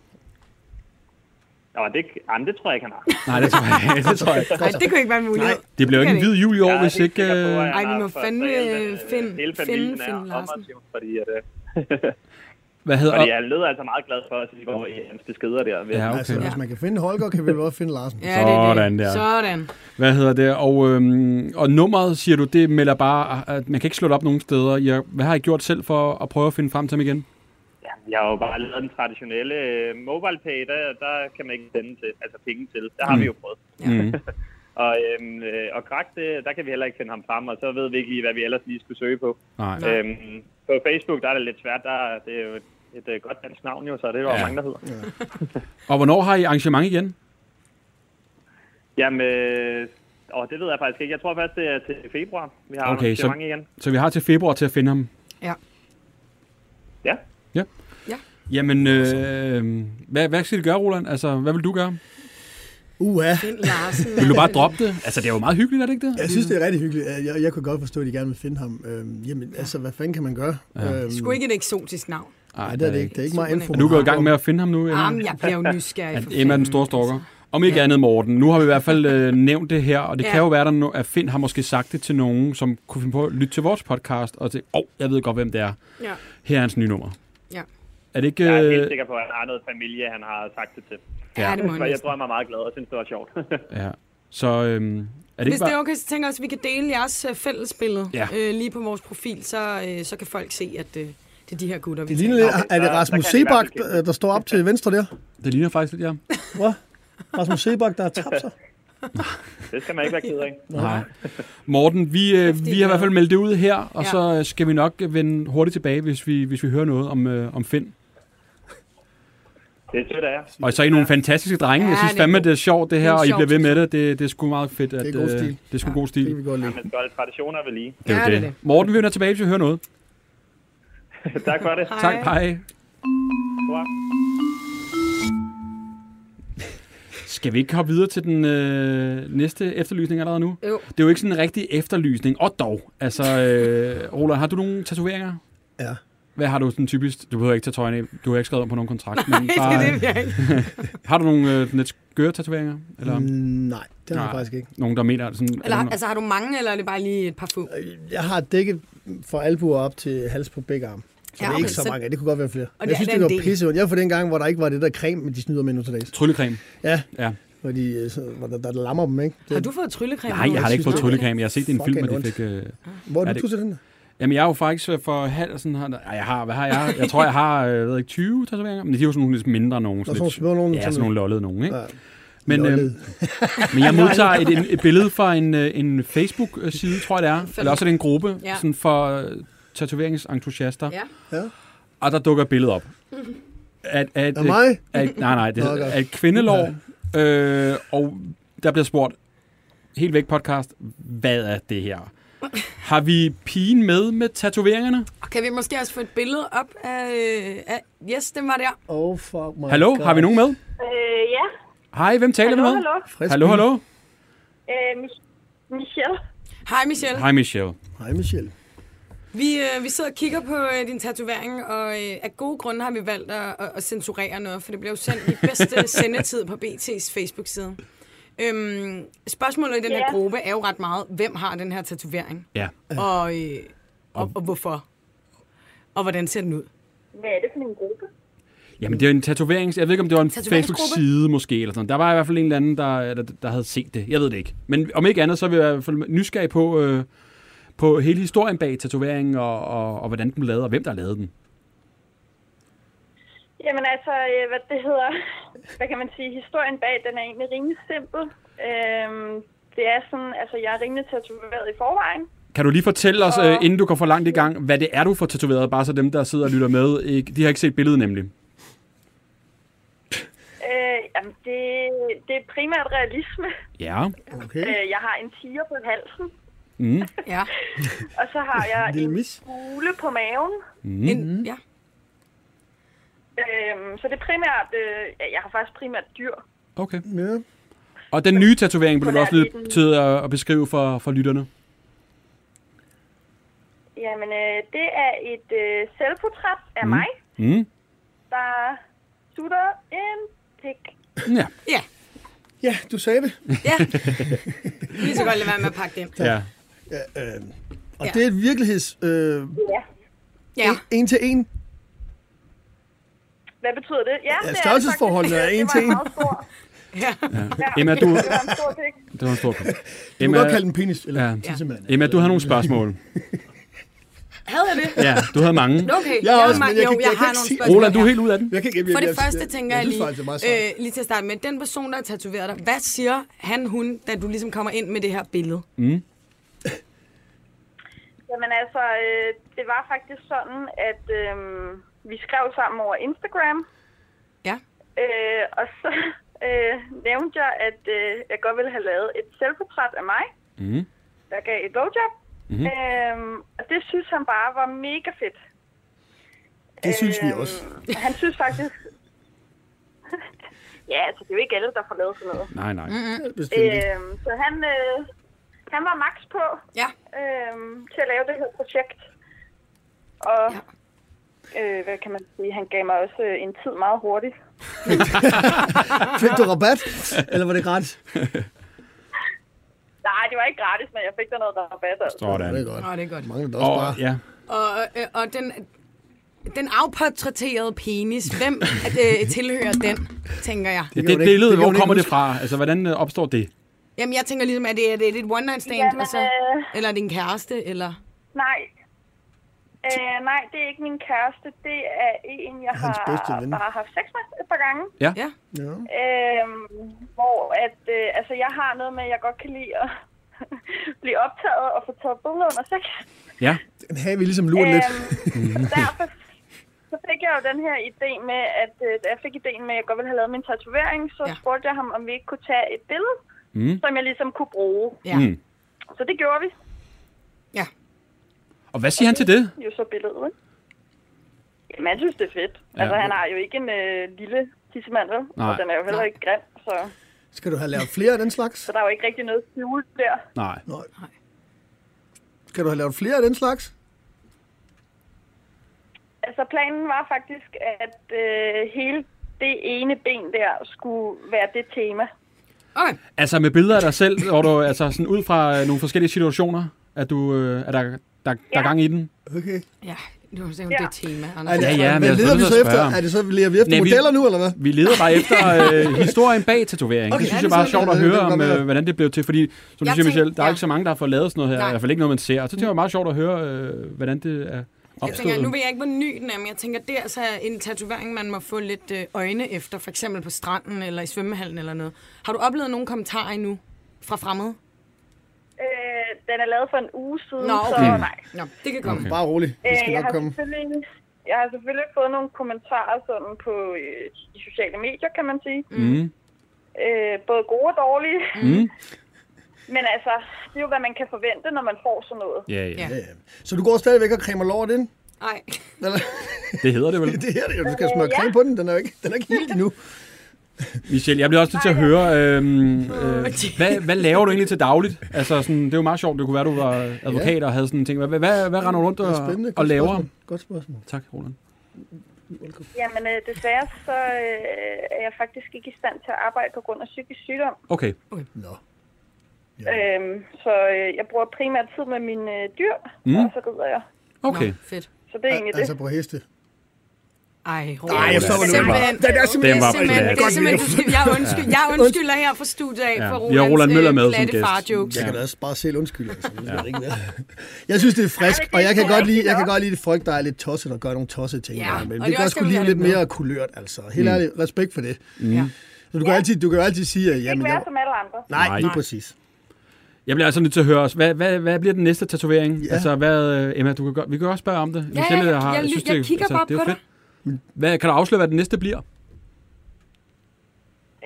A: Nå, det, jamen, det tror jeg ikke, han har.
C: Nej, det tror jeg, ikke. det tror jeg. ikke.
D: Nej, det kunne ikke være en mulighed.
C: Det bliver jo
D: Det
C: ikke en
D: kan
C: hvid jul i
A: Jeg
C: år,
A: er
C: hvis
A: helt
C: ikke...
A: sikker på, at
C: øh,
A: han
D: Ej, vi
A: har
D: må
A: for
D: fandme,
A: hele-
D: øh, finde- finde
A: hele familien er
D: Finn Larsen.
A: operativ, Fordi, at, øh,
C: Hvad hedder...
A: fordi han lød altså meget glad for os, i går i hans beskeder der. ved-
C: Ja,
E: Altså,
C: okay.
E: hvis man kan finde Holger, kan vi vel også finde Larsen.
D: Ja, det er
C: Sådan
D: det.
C: der.
D: Sådan.
C: Hvad hedder det? Og, øhm, og nummeret, siger du, det melder bare... At man kan ikke slå det op nogen steder. I har- Hvad har I gjort selv for at prøve at finde frem til ham igen?
A: Ja, jeg har jo bare lavet den traditionelle øh, mobile pay, der, der kan man ikke sende til, altså penge til. Der har vi jo prøvet.
C: Mm.
A: Og, øhm, øh, og Krak, det, der kan vi heller ikke finde ham frem, og så ved vi ikke lige, hvad vi ellers lige skulle søge på.
C: Nej.
A: Øhm, på Facebook, der er det lidt svært. Der, er- det er jo et, et øh, godt dansk navn jo, så det er jo
C: Ja.
A: ja. mange, der hedder. Ja.
C: Og hvornår har I arrangement igen?
A: Jamen, øh, og det ved jeg faktisk ikke. Jeg tror først, det er til februar, vi har
C: Okay,
A: okay,
C: så-
A: så... mange igen.
C: Så vi har til februar til at finde ham.
D: Ja.
A: Ja.
C: Jamen, øh, hvad, hvad skal du gøre, Roland? Altså, hvad vil du gøre?
E: Uha,
D: Finn Larsen.
C: Vil du bare droppe det? Altså, det er jo meget hyggeligt, er det ikke det?
E: jeg synes, det er rigtig hyggeligt. Jeg, jeg kunne godt forstå, at de gerne vil finde ham. Øhm, jamen, altså, hvad fanden kan man gøre? Ja. Øhm,
D: Sgu ikke et eksotisk navn.
E: Nej, det er det ikke. Det er ikke meget info.
C: Er du gået i gang med at finde ham nu? Emma?
D: Jamen, jeg bliver jo nysgerrig.
C: At
D: for
C: Emma er den
D: fanden.
C: store stalker. Om ikke ja. andet, Morten. Nu har vi i hvert fald øh, nævnt det her, og det ja.
D: Ja.
C: kan jo være, der no- at Finn har måske sagt det til nogen, som kunne finde på at lytte til vores podcast, og til, åh, oh, jeg ved godt, hvem det er.
D: Ja.
C: Her er hans nye nummer.
D: Ja.
C: Er det ikke...
A: Jeg er helt
C: Øh,
A: sikker på, at han har noget familie, han har sagt det til.
D: Ja, det må jeg
A: Men jeg
D: næsten.
A: tror, han var meget glad og synes, det var sjovt.
C: ja. Så øhm, er det ikke
D: Hvis det er
C: bare...
D: okay, så tænker jeg også, at vi kan dele jeres øh, fælles billede
C: Ja.
D: øh, lige på vores profil, så, øh, så kan folk se, at øh, det er de her gutter, vi
E: Det ligner
D: taler
E: lidt,
A: Okay,
E: er det
A: der- der
E: Rasmus
A: kan de i hvert
E: Sebak,
A: fald
E: der, der står op til venstre der?
C: Det ligner faktisk lidt, ja.
E: Hvad? Rasmus Sebak, der har tabt sig?
A: Det skal man ikke være ked af.
C: Nej. Morten, vi, øh, vi har i hvert fald meldt det ud her, og ja.
D: Ja.
C: så øh, skal vi nok øh, vende hurtigt tilbage, hvis vi, hvis vi hører noget om, øh, om Finn.
A: Det er sødt af jer.
C: Og så er I nogle fantastiske drenge.
D: Ja,
C: jeg synes
D: det er
C: fandme,
D: god-
C: det er sjovt det her,
D: det er
C: og I
D: sjovt.
C: bliver ved med det. Det, det er sgu meget fedt. At,
E: Det er god
C: øh,
E: stil.
C: Det er sgu god
E: Det kan vi
C: stil.
E: godt
A: Ja,
E: lide.
A: man skal holde traditioner ved lige.
C: Det er
D: Ja,
C: jo
D: det er
C: det. Morten, vi vender tilbage, hvis vi hører noget.
A: tak for det.
C: Tak, hej.
A: Goddag.
C: Skal vi ikke hoppe videre til den øh, næste efterlysning allerede nu?
D: Jo.
C: Det er jo ikke sådan en rigtig efterlysning. Og dog. Altså, øh, Ola, har du nogle tatoveringer?
E: Ja.
C: Hvad har du sådan typisk? Du behøver ikke tage tøjen af. Du har ikke skrevet om på nogen kontrakt. men
D: Det er det, vi er ikke.
C: Har du nogle øh, lidt skøre tatoveringer? Eller mm.
E: Mm, nej, det har jeg
C: Nej.
E: faktisk ikke.
C: nogen, der mener sådan... er
D: Eller,
C: der no-
D: altså, har du mange, eller er det bare lige et par få?
E: Øh, Jeg har dækket fra albuer op til hals på begge arme. Så
D: Ja,
E: ja, det
D: okay,
E: er ikke så,
D: så-
E: mange. Det kunne godt være flere.
D: det
E: Og
D: er
E: jeg synes,
D: da
E: det
D: en
E: var
D: del.
E: pisseondt. Jeg var for den gang, hvor der ikke var det der creme, men de snyder med nu til dags.
C: Tryllecreme.
E: Ja,
C: Ja.
E: hvor, de, øh, så, hvor der, der, lammer dem, ikke? Det,
D: Har du fået tryllekrem?
C: Nej, jeg har da ikke fået
E: synes,
C: tryllecreme. Jeg har set det i en film,
E: fucking
C: og de fik... Øh...
E: hvor
C: Ja,
E: er
C: det-
E: det, du til den?
C: Jamen, jeg er jo faktisk øh, for halv... Sådan her... Ej, jeg har... Hvad har jeg? Jeg tror, jeg har øh, ved ikke, 20 tatoveringer. Men de er jo sådan nogle lidt mindre nogen.
E: sådan nogle
C: lidt-
E: små nogen,
C: Ja,
E: sådan
C: sådan nogle lollede nogen, ikke?
E: Ja.
C: Men, øh,
E: Lollede.
C: men jeg modtager et, en- et billede fra en, øh, en Facebook-side, tror jeg det er. Eller også er det en gruppe
D: Ja.
C: sådan for øh, tatoveringsentusiaster.
D: Ja.
C: Og der dukker et billede op. At, at, øh,
E: Af mig?
C: At, nej, nej, det
E: Nå,
C: hedder
E: godt.
C: at kvindelov. Øh, og der bliver spurgt, helt væk podcast, hvad er det her? Har vi pigen med med tatoveringerne?
E: Oh
D: Og kan vi måske også få et billede op af... øh, af yes, den var der.
E: Oh, fuck my
C: Hallo,
E: God.
C: har vi nogen med?
G: Øh, ja.
C: Hej, hvem taler
G: Hallo,
C: vi med?
G: hallo.
E: Frisk
C: hallo.
E: bil.
C: hallo.
G: Øh, Mich- Michelle.
D: Hej, Michelle.
C: Hej Michelle.
E: Hej, Michelle.
D: Vi, øh, vi sidder og kigger på øh, din tatovering, og øh, af gode grunde har vi valgt at, at, at censurere noget, for det bliver jo sendt i bedste sendetid på BT's Facebook-side. Øhm, spørgsmålet i den her
G: Ja.
D: gruppe er jo ret meget, hvem har den her tatovering,
C: Ja.
D: og, øh, og, og hvorfor, og hvordan ser den ud?
G: Hvad er det for en gruppe?
C: Jamen, det er en tatoverings... Jeg ved ikke, om det var en
D: Tatoveringsgruppe?
C: Facebook-side måske, eller sådan. Der var i hvert fald en eller anden, der, der, der havde set det. Jeg ved det ikke. Men om ikke andet, så er vi i hvert fald nysgerrige på, øh, på hele historien bag tatoveringen, og, og, og hvordan den blev lavet, og hvem der lavede den.
G: Jamen altså, øh, hvad det hedder, hvad kan man sige, historien bag, den er egentlig rimelig simpel. Øhm, det er sådan, altså jeg er rimelig tatoveret i forvejen.
C: Kan du lige fortælle os, øh, inden du går for langt i gang, hvad det er, du får tatoveret, bare så dem, der sidder og lytter med, ikke, de har ikke set billedet nemlig.
G: Øh, jamen det, det er primært realisme.
C: Ja.
E: Okay.
G: Øh, jeg har en tiger på halsen,
C: Mm.
D: Ja,
G: og så har jeg
E: En lille
G: en
E: mis.
G: fugle på maven.
E: Mhm.
C: Mm.
D: en, ja.
G: Øhm, så det er primært, øh, ja, jeg har faktisk primært dyr.
C: Okay.
E: Ja.
C: Og den nye tatovering, vil du også
G: Hvordan er
C: lige
G: den?
C: til at, at beskrive for, for lytterne.
G: Jamen øh, det er et øh, selvportræt af mm. mig,
C: Mm.
G: der sutter en pik.
C: Ja.
D: Ja,
E: ja, du sagde det.
D: ja. Vi kan så godt lade være med at pakke den.
C: ja.
E: Ja, øh, og
D: Ja.
E: det er et virkeligheds... Øh,
G: Ja.
D: Ja,
E: en til en.
G: Hvad betyder det? Ja, det er
E: størrelsesforholdene
G: faktisk-
E: er en til
G: det var
E: en.
G: meget stor.
D: ja.
G: Ja,
C: Emma, du...
G: Det var en stor pik.
C: Det var en stor kop.
E: Du kan godt kalde den penis, eller
C: Ja.
E: ja. tissemand.
C: Emma, du havde nogle spørgsmål.
D: Havde jeg det?
C: Ja, du havde mange.
D: Okay,
E: Jeg har også,
D: ma-
E: men jeg
D: jo,
E: kan- jeg kan
D: har
E: ikke
D: nogle
E: sige-
D: spørgsmål.
C: Roland, du er
D: her.
C: helt ud af den.
E: Jeg kan ikke, jeg,
D: For det
E: jeg,
D: første
E: jeg,
D: tænker jeg,
E: jeg, synes
D: lige,
E: faktisk, det er meget sejt.
D: øh, lige til at starte med, den person, der har tatoveret dig, hvad siger han, hun, da du ligesom kommer ind med det her billede?
G: Jamen altså, øh, det var faktisk sådan, at øh, vi skrev sammen over Instagram,
D: Ja,
G: øh, og så øh, nævnte jeg, at øh, jeg godt ville have lavet et selvportræt af mig,
C: Mhm.
G: der gav et blowjob. Mm-hmm. Øh, og det synes han bare var mega fedt.
E: det synes vi også.
G: Øhm, Han synes faktisk... ja, altså, det er jo ikke alle, der får lavet sådan noget.
C: Nej, nej.
D: Øh,
E: Bestemt ikke.
G: Øhm, så han, øh, han var max på
D: ja,
G: øhm, til at lave det her projekt. Og
D: Ja.
G: ja. øh, hvad kan man sige, han gav mig også øh, en tid meget hurtigt.
E: Fik du rabat, eller var det gratis?
G: Nej, det var ikke gratis, men jeg fik der noget rabat. Altså.
E: Ja,
C: Sådan.
E: det er godt.
D: Nå, det er godt.
E: Det mangler der
C: Og,
E: også bare.
C: ja.
D: Og, øh, og den, den afportrætterede penis, hvem øh, tilhører den, tænker jeg?
C: Det,
E: kan
C: det
E: hun ikke-
C: billede,
E: det kan
C: hvor
E: hun ikke
C: kommer det
E: huske.
C: fra? Altså, hvordan øh, opstår det?
D: Jamen, jeg tænker ligesom, at det er, det er et one-night stand,
G: Jamen,
D: og så,
G: øh,
D: eller er det en kæreste, eller...
G: nej. Øh, nej, det er ikke min kæreste. Det er en, jeg
E: Hans
G: har
E: bedste ven.
G: bare haft sex med et par gange.
D: Ja,
E: Ja.
G: Øhm, hvor at, øh, altså, jeg har noget med, at jeg godt kan lide at blive optaget og få taget billeder under sex.
C: Ja.
D: Øh.
E: Den havde vi ligesom luret lidt.
G: Øhm, derfor så fik jeg jo den her idé med, at øh, da jeg fik idéen med, at jeg godt ville have lavet min tatovering, så
D: Ja.
G: ja. spurgte jeg ham, om vi ikke kunne tage et billede,
C: Mm.
G: mm. som jeg ligesom kunne bruge.
D: Ja.
C: Mm.
G: Så det gjorde vi
C: Og hvad siger han til det?
G: jo så billedet. ikke? Jamen, han synes, det er fedt.
C: Ja.
G: Ja. Altså, han har jo ikke en øh, lille tissemand, vel?
C: Nej.
G: Og den er jo heller
D: Nej.
G: ikke grim, så,
E: Skal du have lavet flere af den slags?
G: så der er jo ikke rigtig noget skjult der.
C: Nej.
E: Nej.
D: Nej.
E: Skal du have lavet flere af den slags?
G: Altså, planen var faktisk, at øh, hele det ene ben der skulle være det tema.
D: Okay.
C: Altså med billeder af dig selv, hvor du altså sådan ud fra øh, nogle forskellige situationer, at du øh, er der, der, der er
G: Ja.
C: gang i den.
E: Okay.
D: Ja, det var simpelthen
G: Ja.
D: det tema,
E: Ej,
D: Anders.
E: det-
C: Ja, ja, men
E: men
C: jeg er
E: leder
C: nødt
E: vi
C: til
E: så
C: at
E: efter,
C: spørge ham.
E: er det så, leder vi efter
C: Nej, vi-
E: modeller nu, eller hvad?
C: Vi leder bare efter øh, historien bag tatoveringen. Okay,
E: Okay.
C: det synes
E: Ja,
C: jeg
E: det
C: bare er
E: synes
C: sjovt
E: jeg,
C: at
E: det-
C: høre
E: det
C: om,
E: kan godt
C: øh, hvordan det blev til. Fordi, som du
D: Jeg
C: siger, Michelle,
D: tænkte-
C: der er jo
D: ja.
C: ikke så mange, der har fået lavet sådan noget her.
D: Nej.
C: I hvert fald ikke noget, man ser. Og så tænker jeg
E: Mm.
C: meget sjovt at høre, øh, hvordan det er
D: Jeg tænker, nu
C: opstået.
D: ved jeg ikke, hvor ny den er, men jeg tænker, det er altså en tatovering, man må få lidt øh, øjne efter, for eksempel på stranden eller i svømmehallen eller noget. Har du oplevet nogle kommentarer endnu fra fremmede?
G: Øh, den er lavet for en uge siden,
D: Nå,
G: så
D: okay.
G: nej.
D: Nå, det kan komme.
C: Okay.
D: Okay.
E: Bare rolig, vi skal
G: Øh, jeg,
E: nok
G: har
E: komme.
G: selvfølgelig, jeg har selvfølgelig fået nogle kommentarer sådan på øh, de sociale medier, kan man sige.
C: Mm.
G: Øh, både gode og dårlige.
C: Mm.
G: Men altså, det er jo, hvad man kan forvente, når man får sådan noget.
C: Ja, ja.
D: Ja.
E: Ja, ja. Øh, Så du går stadigvæk og cremer lort ind?
D: Ej,
E: Eller,
C: Det hedder det vel.
E: det her, det er jo- du skal
D: Øh,
E: smøre creme på den, den er jo ikke, den er ikke helt endnu.
C: Michelle, jeg bliver også nødt til at høre, øh, øh, hvad, hvad laver du egentlig til dagligt? Altså, sådan, det er jo meget sjovt, det kunne være, du var advokat og havde sådan en ting. Hvad, hvad, hvad render du rundt
E: Det er spændende.
C: og,
E: Godt
C: og laver?
E: spørgsmål. Godt spørgsmål.
C: Tak, Roland.
G: Jamen, øh, desværre så øh, er jeg faktisk ikke i stand til at arbejde på grund af psykisk sygdom.
C: Okay.
E: Nå.
G: Øhm, så øh, jeg bruger primært tid med mine øh, dyr,
C: Mm.
G: mm. og så rider jeg.
C: Okay.
D: Nå, fedt.
G: Så det er egentlig
E: Altså
G: det.
E: på heste.
D: Ej, Roland.
E: Nej, jeg stopper nu.
D: Simpelthen.
E: Den er
D: Det
E: simpelthen...
C: Den var
D: er simpelthen,
C: plat.
D: det er simpelthen, du skal, jeg, undskyld, jeg undskylder her fra studiet af
C: Ja,
D: for
C: vi har
D: Rolands
C: Roland Møller
D: øh,
C: med som
D: platte
C: gæst.
D: farjokes.
E: Jeg
C: Ja.
E: kan da også bare selv undskylde, altså. Det ja. ikke være. Jeg synes, det er frisk,
G: Ja, men det
E: og jeg
G: er
E: kan,
G: sgu
E: godt lide, jeg
G: rigtigt
E: kan
G: nok.
E: godt lide, at folk, der er lidt tosset og gør nogle tossede ting.
D: Ja,
E: Ja, men
D: og
E: det
D: det
E: gør
D: også
E: sgu
D: skal vi
E: lige
D: have
E: lidt
D: lidt med.
E: mere kulørt, altså. Helt ærligt, respekt for det.
D: Ja.
E: Så du, kan altid, du kan jo altid sige, at...
G: Det er
E: Jamen,
G: ikke
E: jeg,
G: være som alle andre.
E: nej,
C: Nej.
E: lige præcis.
C: Jeg bliver altså nødt til at høre os. Hvad, hvad, hvad bliver den næste tatovering? Ja.
E: Ja.
C: Altså, hvad, øh, Emma, du kan godt, vi kan også spørge om det.
D: ja, ja, jeg ly- jeg kigger bare
C: det er jo
D: på
C: fedt. Hvad, kan du afsløre, hvad den næste bliver?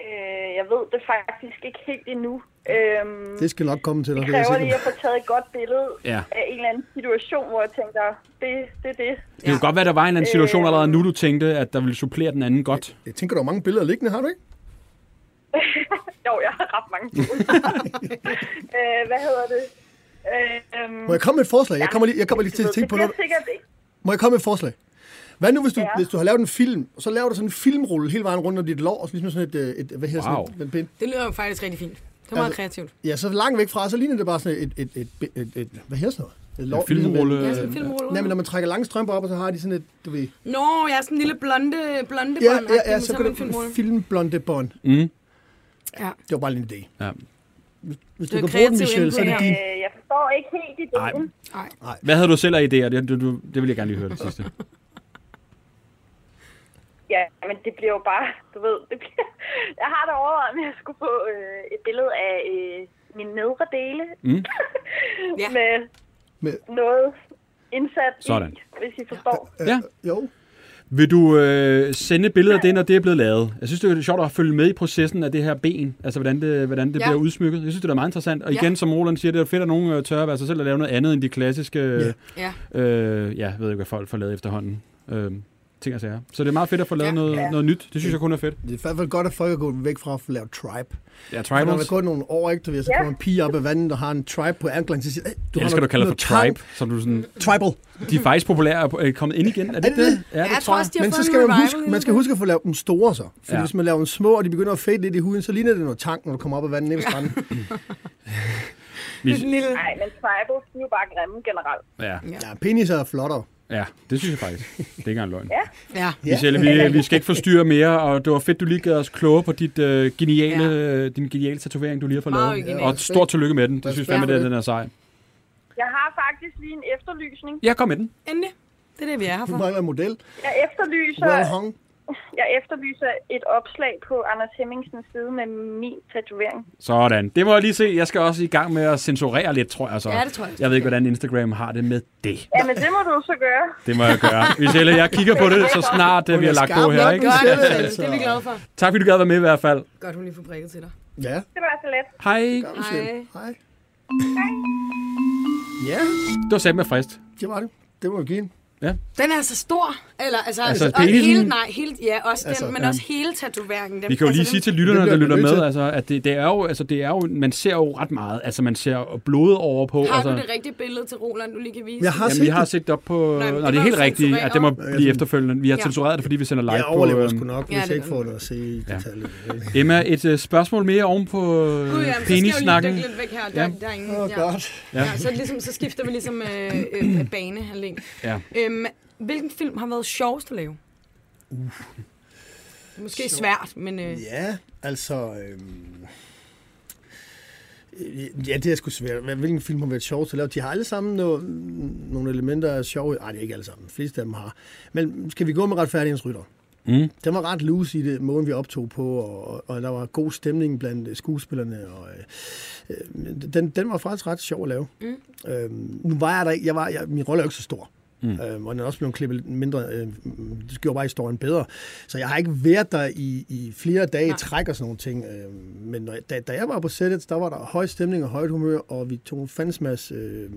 G: Øh, jeg ved det faktisk ikke helt endnu. Øhm,
E: Det skal nok komme til dig,
G: det
E: det er jeg
G: kræver
E: sikker
G: lige at få taget et godt billede
C: Ja.
G: af en eller anden situation, hvor jeg tænker, det det er det.
C: Det kunne godt være, der var en eller anden situation
G: Øh.
C: allerede nu, du tænkte, at der ville supplere den anden godt.
E: Jeg tænker, du har mange billeder liggende, har du ikke?
G: Jo, jeg har ret mange gode. øh, hvad hedder det? Øh, øhm,
E: Må jeg komme med et forslag? Jeg kommer lige, jeg kommer lige til at
G: det
E: tænke på
G: bliver
E: noget.
G: sikkert ikke.
E: Må jeg komme med et forslag? Hvad nu, hvis du, ja.
G: Ja.
E: hvis du har lavet en film, og så laver du sådan en filmrulle hele vejen rundt om dit lår, og så ligesom sådan et, øh, et hvad hedder
C: Wow.
E: sådan et, et pind?
D: Det lyder jo faktisk rigtig fint. Det var meget
E: Altså,
D: kreativt.
E: Ja, så langt væk fra, så ligner det bare sådan et, et, et, et, et, et hvad hedder sådan noget? Et lår,
C: En filmrulle.
E: Ligesom
D: Ja, sådan en filmrulle.
E: et, nej, men når man trækker lange strømper op, og så har de sådan et, du ved...
D: Nå, jeg er sådan en lille blonde, blonde
E: Ja,
D: bånd.
E: ja, ja, så kan
D: kan
E: du filmblonde bånd.
C: Mm.
D: Ja.
E: Det var bare lige en idé.
C: Ja.
E: Hvis
D: Det
E: du
D: er
E: kan bruge den,
D: kreativ
E: Michelle, så er det
D: input,
E: din.
G: Øh, jeg forstår ikke helt ideen.
C: Nej.
D: Ej.
C: Hvad havde du selv af idéer? Det, du, du, det vil jeg gerne lige høre det sidste.
G: Ja, men det bliver jo bare, du ved, det bliver, jeg har da overvejet, at jeg skulle få øh, et billede af øh, min nedre dele
C: Mm.
D: Ja.
G: med,
E: Med-
G: med noget indsat
C: Sådan.
G: i, hvis I forstår.
C: Ja.
E: Jo.
C: Vil du øh, sende billeder af det, når det er blevet lavet? Jeg synes, det er sjovt at følge med i processen af det her ben, altså hvordan det, hvordan det
D: Ja.
C: ja. bliver udsmykket. Jeg synes, det er meget interessant. Og
D: Ja.
C: igen, som Roland siger, det er fedt, at nogen øh, tør at være sig selv og lave noget andet end de klassiske, øh,
D: Ja.
C: øh, ja, jeg ved ikke, hvad folk får lavet efterhånden, øh, ting og sager. Så det er meget fedt at få lavet
D: Ja.
C: ja. Noget, noget nyt. Det synes jeg kun er fedt.
E: Det er i hvert fald godt, at folk er gået væk fra at lave tribe.
C: Ja,
E: For når
C: tribals.
E: der går nogle år, ikke, du ved, så
G: Ja.
E: kommer en pige op af vandet, der har en tribe på anklen, så siger, "Hey, du
C: Jeg
E: har
C: elsker, du
E: noget-
C: kalder for
E: noget tang."
C: tribe, som du sådan...
E: Tribal.
C: De er faktisk populære og er kommet ind igen. Er det ikke
E: det
C: det? Ja,
D: Jeg tror også, de har
E: Men
D: fået
E: så
D: en
E: skal man
D: revival
E: huske,
D: i
E: man
D: det.
E: skal huske at få lavet dem store så. Fordi
C: Ja.
E: ja. hvis man laver dem små, og de begynder at fade lidt i huden, så ligner det noget tank, når du kommer op af vandet ned ved stranden.
D: Det er sådan en lille-
G: Nej, men tribals, de er jo bare grimme generelt.
C: Ja,
E: Ja, penis er flottere.
C: ja, det synes jeg faktisk. Det er ikke engang løgn.
D: Ja.
E: Ja.
C: Michelle, vi, vi skal ikke forstyrre mere, og det var fedt, du lige gav os klogere på dit, øh, geniale, ja. din geniale tatovering, du lige har fået
D: Meget
C: lavet.
D: original.
C: Og stort tillykke med den. Det synes
E: Ja.
C: fandme, det er, den er sej.
G: Jeg har faktisk lige en efterlysning.
C: Ja, kom med den.
D: Endelig. Det er det, vi er her
E: Du
D: for.
E: mangler en model.
G: Jeg efterlyser
E: Well hung.
G: Jeg efterlyser et opslag på Anders Hemmingsens side med min tatovering.
C: Sådan. Det må jeg lige se. Jeg skal også i gang med at censurere lidt, tror jeg så.
D: Ja, det tror jeg.
C: Jeg ved ikke, hvordan Instagram har det med det.
G: Ja, men det må du så gøre.
C: Det må jeg gøre. Michelle, jeg kigger på det, så snart det, vi har lagt på her. Ikke?
D: Godt,
E: Michelle,
D: Michelle,
E: altså.
D: det er vi glade for.
C: Tak, fordi du gad at være med i hvert fald.
D: Godt, hun lige får prikket til dig.
E: Ja,
G: Det var så let.
C: Hej.
E: gør vi selv. Hej. Ja,
C: Det var sat med frist.
E: det var det. Det må vi give hende.
D: Den er altså stor. Eller, altså,
C: Altså,
D: altså og
C: penisen-
D: hele, nej, hele, ja, også den,
E: Altså,
D: altså, men
E: ja.
D: også hele tatoveringen. Den,
C: Vi kan jo
D: altså,
C: lige
D: den-
C: sige til lytterne,
E: det
C: der
E: bliver vi
C: lytter
E: nødt
C: med,
E: til.
C: altså, at det, det, er jo, altså, det er jo, man ser jo ret meget. Altså, man ser blod over på. altså.
D: Har
C: og så,
D: du det rigtige billede til Roland, du lige kan vise?
E: Jeg har
C: Jamen,
E: set
C: vi har
E: det.
C: set det op på...
D: Nej,
C: Nej,
D: men
C: Nå,
D: det
C: det er
D: var
C: helt
D: jo
C: rigtigt, at det må
D: censureret.
C: blive efterfølgende. Vi har
D: Ja.
C: censureret det, fordi vi sender live
E: Jeg
C: på...
E: overlever
C: øhm,
E: sgu nok, hvis
D: ja,
E: jeg
D: det
E: ikke
D: gør
E: får
D: du.
E: det at se i detaljer.
C: Emma, et øh, spørgsmål mere oven på øh,
D: Gud, jamen, så skal jeg jo lige
C: penissnakken.
D: dykke lidt væk her. Der,
C: Ja.
D: ja. der er ingen,
E: Åh,
D: der.
E: godt.
C: Ja.
D: Ja. Ja, så, ligesom, så skifter vi ligesom øh, øh, øh, bane alene.
C: Ja.
D: Øhm, hvilken film har været sjovest at lave? Uh. Måske svært, men øh,
E: Ja, altså... Øhm, øh, ja, det er sgu svært. Hvad- Hvilken film har været sjov til at lave? De har alle sammen noget, nogle elementer af sjove. Nej, det er ikke alle sammen. De fleste af dem har. Men skal vi gå med retfærdighedens rytter?
C: Mm.
E: Den var ret loose i det måden, vi optog på, og, og der var god stemning blandt øh, skuespillerne. Og, øh, øh, den, den var faktisk ret sjov at lave. Mm. Øhm, nu var jeg der ikke. Jeg var, jeg, min rolle er jo ikke så stor. Mm. Øhm, og den er også blevet klippet lidt mindre. Øh, det gjorde bare historien bedre. Så jeg har ikke været der i, i flere dage i træk og sådan nogle ting. Øh, men når, jeg- da, da jeg var på sættet, der var der høj stemning og højt humør, og vi tog en fandens masse øh,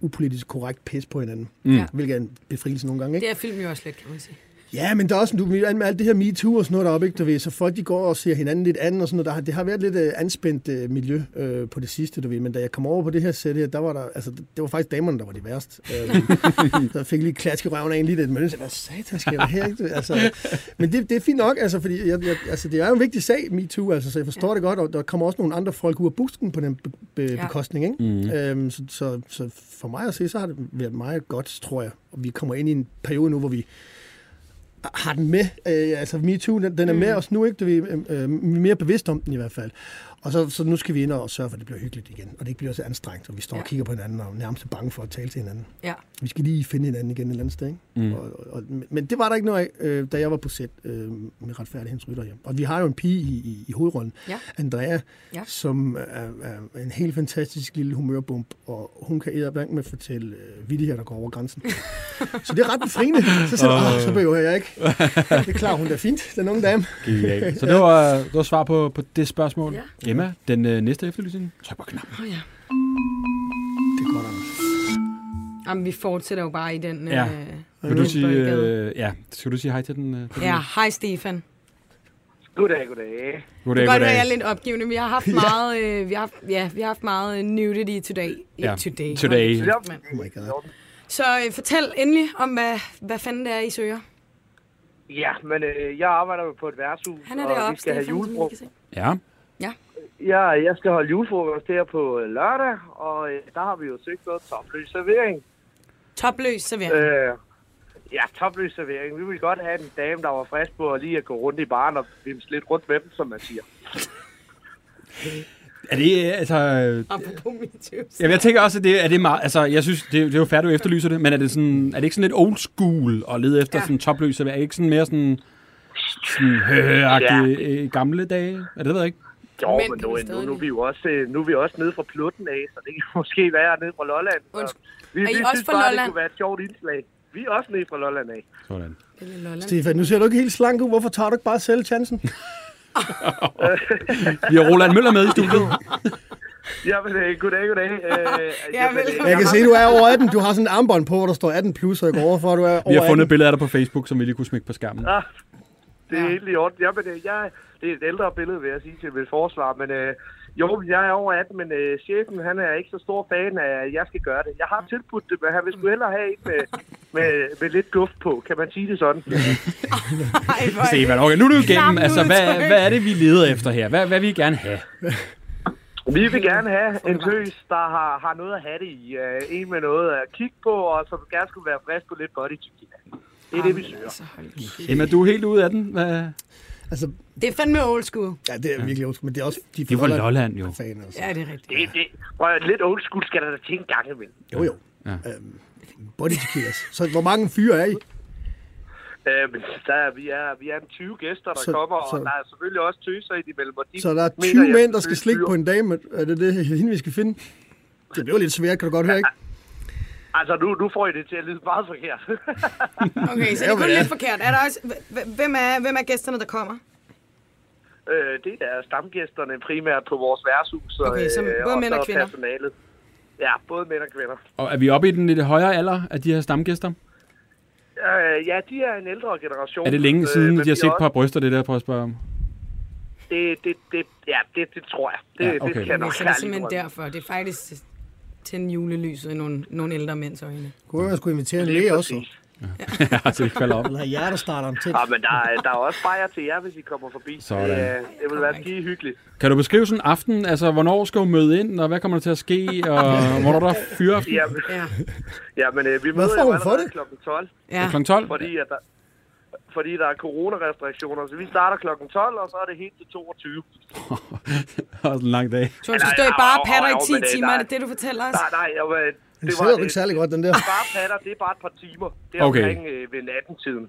E: upolitisk korrekt pis på hinanden. Mm.
D: Ja.
E: Hvilket er en befrielse nogle gange. Ikke?
D: det er film jo også lidt, kan man sige.
E: Ja, men der er også, du, med alt det her MeToo og sådan noget deroppe, ikke, du ved, så folk de går og ser hinanden lidt an og sådan noget. Der, har- det har været lidt øh, anspændt øh, miljø øh, på det sidste, du ved, men da jeg kom over på det her sæt her, der var der, altså, det det var faktisk damerne, der var de værst. Øh, der fik lige klask i røven af en lige lidt, men jeg sagde, hvad satan sker der her? Ikke? Altså, men det, det er fint nok, altså, fordi jeg, jeg, altså, det er jo en vigtig sag, MeToo, altså, så jeg forstår ja. det godt, og der kommer også nogle andre folk ud af busken på den be- be-
D: Ja.
E: ja. bekostning, ikke? Mm. Øhm, så, så, så, for mig at se, så har det været meget godt, tror jeg. Og vi kommer ind i en periode nu, hvor vi har den med. Øh, altså MeToo, den, den er med os nu, ikke? Du ved, øh, øh, vi er mere bevidst om den i hvert fald. Og så, så nu skal vi ind og sørge for, at det bliver hyggeligt igen, og det ikke bliver så anstrengt, og vi står ja.
D: Ja.
E: og kigger på hinanden og er nærmest er bange for at tale til hinanden.
D: Ja.
E: Vi skal lige finde hinanden igen et eller andet sted, ikke? Mm. Og, og- og, men det var der ikke noget af, øh, da jeg var på sæt øh, med retfærdighedens rytter hjem. Og vi har jo en pige i, i, i hovedrollen,
D: Ja.
E: Andrea,
D: Ja.
E: som er, er en helt fantastisk lille humørbump, og hun kan æderbank med at fortælle øh, vittigheder, der går over grænsen. så det er ret befriende. Så siger jeg, "Åh, så behøver jeg ikke. Det er klart, hun er fint, den unge dame.
C: Genialt. Så det var, det var svar på, på det spørgsmål.
D: Ja.
C: Emma, den øh, næste efterlysning. Tryk på knappen.
D: Oh, ja.
E: Det er godt, Anders.
D: Jamen, vi fortsætter jo bare i den...
C: Ja.
D: Øh,
C: Vil du
D: den
C: sige,
D: boldgade.
C: øh, ja, skal du sige hej til den? Øh, til
D: Ja, hej Stefan.
F: Goddag, goddag.
C: den? Goddag,
D: Godt, at jeg
C: goddag.
D: er lidt opgivende. Vi har haft meget, øh, vi har, haft- ja, vi har haft meget øh, nudity today.
C: Ja,
D: Ikke today.
C: today.
D: Hold kæft, mand.
E: Oh my god.
D: Så øh, fortæl endelig om, hvad, hvad fanden det er, I søger.
F: Ja, men øh, jeg arbejder jo på et værtshus,
D: Han er deroppe,
F: og vi skal have
D: Stefan, som I
F: julefrokost.
D: kan se.
C: Ja.
F: Ja, jeg skal holde julefrokost her på øh, lørdag, og øh, der har vi jo søgt noget topløs servering.
D: Topløs servering.
F: Øh, ja, topløs servering. Vi ville godt have en dame, der var frisk på at lige at gå rundt i baren og vimse lidt rundt med dem, som man siger.
C: Er det, øh, altså... øh,
D: Apropos MeToo.
C: Jamen, jeg tænker også, at det er det meget... Altså, jeg synes, det, det er jo færdigt, du efterlyser det, men er det, sådan, er det ikke sådan lidt old school at lede efter ja.
D: Ja.
C: sådan topløs? Er det ikke sådan mere sådan... Sådan høhøagtige øh, gamle dage? Er det, det ved jeg ikke?
F: Jo,
D: Mænd
F: men
D: kan
F: nu,
D: vi
F: nu,
D: stadig
F: nu, er
D: lide.
F: vi jo også, øh, nu er vi også nede fra Plutten af, så det kan måske være nede fra Lolland. Så
D: Undskyld.
F: Vi,
D: Er I
F: vi
D: også
F: synes
D: fra
F: bare, det
D: Lolland?
F: kunne være et sjovt indslag. Vi er også nede fra Lolland af.
C: Sådan.
D: Lille Lolland.
E: Stefan, nu ser du ikke helt slank ud. Hvorfor tager du ikke bare selv chancen?
C: Vi har Roland Møller med i studiet.
F: Jamen, øh, goddag, goddag. Øh, jamen, øh,
E: Jeg kan se, du er over 18. Du har sådan en armbånd på, hvor der står 18 plus, og jeg går over for, at du er over
C: Vi har fundet
E: 18.
C: billeder af dig på Facebook, som vi lige kunne smække på skærmen.
F: Ah, det er helt i orden. Jamen, øh, jeg, det er et ældre billede, vil jeg sige til mit forsvar, men øh, jo, jeg er over 18, men øh, chefen han er ikke så stor fan af, at jeg skal gøre det. Jeg har tilbudt det, men han vil sgu hellere have en med, med, med lidt duft på, kan man sige det sådan.
D: Ej, hvor er det-
C: Stefan, okay, nu er du igennem.
D: Samme
C: Altså, hvad,
D: udtryk.
C: hvad er det, vi leder efter her? Hvad, hvad vil I gerne have?
F: Vi vil gerne have en tøs, der har, har noget at have det i. Øh, en med noget at kigge på, og som gerne skulle være frisk på lidt body -tip. Det er det, vi søger.
D: Altså, hold kæft.
C: Emma, du er helt ude af den. Hvad?
E: Altså,
D: Det er fandme old school.
E: ja, det er virkelig old school, men det er også de
C: Det var Lolland, jo.
E: Fan, altså.
D: Ja, det er rigtigt.
F: Det, det, prøv, at- lidt old school skal der da til en gang imellem.
E: Jo, jo.
C: Ja.
E: altså. Øhm, body tequilas. Så hvor mange fyre er I?
H: Øh, men der er, vi, er, vi er en 20 gæster, der
E: Så-
H: så, kommer, så.
E: så-
H: og der er selvfølgelig også tøser i de mellem. Og de
E: Så der er
H: mener,
E: 20
H: jeg
E: mænd, der
H: selvfølgelig
E: skal slikke på
H: fyre.
E: en dame. Er det det, hende, vi skal finde? Det bliver lidt svært, kan du godt høre, ikke?
H: Altså, nu, nu får I det til at lyde meget forkert.
D: Okay, så det er kun lidt forkert. Er der også, h- h- hvem, er, hvem er gæsterne, der kommer?
H: øh, det er stamgæsterne primært på vores værtshus.
D: Okay, så både
H: og
D: mænd og
H: så
D: kvinder?
H: Personalet. Ja, både mænd og kvinder.
C: Og er vi oppe i den lidt højere alder af de her stamgæster?
H: Øh, ja, de er en ældre generation. Øh,
C: Er det længe siden, de
H: men
C: har
H: vi
C: set
H: er
C: et par bryster, det der, prøver at spørge om?
H: Det, det, det, ja, det, det tror jeg. Det,
C: Ja,
H: ja, okay.
C: okay.
H: det kan jeg
D: Okay,
H: nok
D: så det er
H: ærligt
D: simpelthen
H: indrømme.
D: derfor. Det er faktisk tænde julelyset i nogle, nogle ældre mænds øjne.
E: Kunne være, jeg skulle invitere en
H: Lige
E: læge også.
H: præcis.
C: Ja, så det falder op.
E: Eller have hjertestarteren til.
H: Ja, men der, er- der er også bajer til jer, hvis I kommer forbi.
C: Sådan.
H: Det, øh, det vil være skide hyggeligt.
C: Kan du beskrive sådan en aften? Altså, hvornår skal hun møde ind, og hvad kommer der til at ske, og hvornår er der fyraften?
H: Ja,
D: Ja.
H: ja men øh, vi
E: Hvad
H: møder
E: får
H: jo
E: hun for
H: allerede
E: det?
H: klokken 12,
D: ja.
C: Kl. 12?
H: fordi, at der, fordi der er coronarestriktioner. Så vi starter klokken 12, og så er det helt til 22.
C: Det er også en lang dag.
D: Så hun skal
H: Nej,
D: stå i
H: nej,
D: bare
H: nej,
D: patter
H: nej,
D: i
H: nej,
D: 10
H: men det-
D: timer,
H: nej.
D: er det det, du fortæller os?
H: Nej, nej, jeg, øh,
E: Den
H: det
E: sidder
H: var...
E: jo ikke særlig godt, den der.
H: Bare patter, det er bare et par timer. Det er
C: Okay.
H: okay. omkring øh, ved natten-tiden.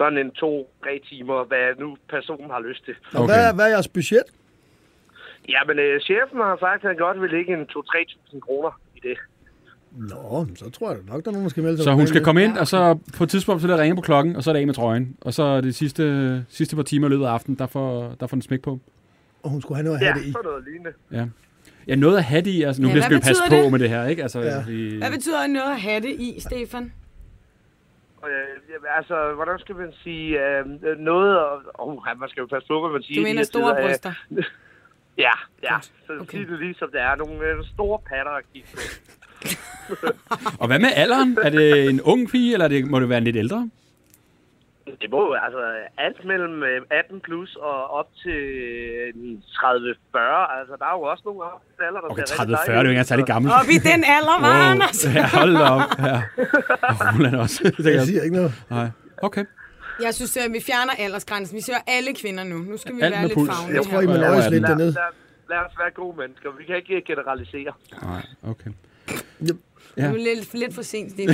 H: Sådan en to-tre timer, hvad nu personen har lyst til.
E: Og Hvad, er- hvad er jeres budget?
H: Ja, men øh, chefen har sagt, at han godt vil lægge en 2-3.000 kroner i det.
E: Nå, så tror jeg nok, der er nogen, der skal melde sig.
C: Så
E: på
C: hun
E: banen.
C: skal komme ind, og så på et tidspunkt, så der ringe på klokken, og så er det af med trøjen. Og så er det sidste, sidste par timer i løbet af aftenen, der får, der får den smæk på.
E: Og hun skulle have noget at
H: Ja,
E: have det i.
H: sådan noget lignende.
C: Ja, noget at have det i. Altså, nu
D: Ja,
C: ja,
D: hvad
C: skal vi passe
D: betyder
C: på
D: det?
C: med det her, ikke? Altså,
E: Ja.
C: ja. vi...
D: Hvad betyder noget at have det i, Stefan?
H: Øh, jamen, altså, hvordan skal man sige øh, noget... Og, oh, man skal jo passe på, hvad man siger.
D: Du
H: i de
D: mener
H: her
D: store
H: tider. Øh,
D: bryster.
H: Ja, ja.
D: Godt.
H: Så
D: Okay.
H: okay. sig det lige, som det er. Nogle øh, store patter at kigge på.
C: Og hvad med alderen? Er det en ung pige, eller er det, må det være en lidt ældre?
H: Det må jo, altså alt mellem øh, 18 plus og op til øh, 30-40. Altså, der er jo også nogle af dem, der
C: Okay,
H: ser
C: 30-40 det er
H: rigtig
C: jo ikke
H: dejlige
C: engang
H: ud.
C: særlig gammel.
D: Op i den alder, var wow. Anders.
C: Ja, hold da op. Ja. Og hun er da også. Det kan
E: Jeg
C: jeg
E: siger ikke noget.
C: Nej. Okay.
D: Jeg synes, at vi fjerner aldersgrænsen. Vi ser alle kvinder nu. Nu skal vi
C: Alt
D: være
C: med
D: lidt
C: puls.
D: fagne
E: Jeg tror, I
D: her.
E: må
C: Ja,
E: nøjes
C: ja.
E: lidt
H: Lad,
E: dernede.
H: lad, lad os være gode mennesker. Vi kan ikke øh, generalisere.
C: Nej, okay.
D: Ja.
C: Ja.
D: Nu er lidt, lidt for sent, Stine.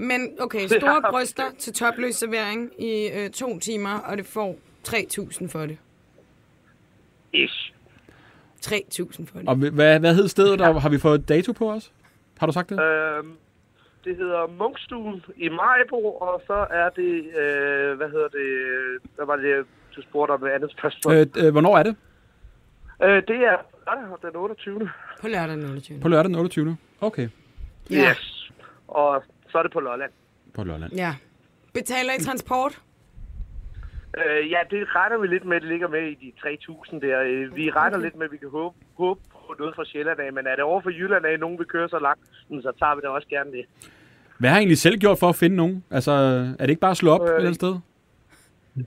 D: Men okay, store bryster til topløs servering i øh, to timer, og det får 3.000 for det.
H: Ish.
D: 3.000 for det.
C: Og hvad, hvad hed stedet, og har vi fået dato på os? Har du sagt det?
H: Øhm, det hedder Munkstuen i Majbo, og så er det, øh, hvad hedder det, øh, hvad var det, du spurgte om et andet spørgsmål? Øh.
C: Øh, øh, hvornår er det?
H: Øh, det er lørdag den 28.
D: På lørdag den 28.
C: På lørdag den 28. Okay.
D: Ja.
H: Yes. Og så er det på Lolland.
C: På lørdag.
D: ja. Betaler I transport?
H: Øh, ja, det regner vi lidt med, at det ligger med i de 3.000 der. Øh, Vi regner lidt med, at vi kan håbe, håbe på noget fra Sjælland af, men er det over for Jylland af, at nogen vil køre så langt, mm, så tager vi da også gerne det.
C: Hvad har I egentlig selv gjort for at finde nogen? Altså, er det ikke bare at slå op øh, et eller andet sted?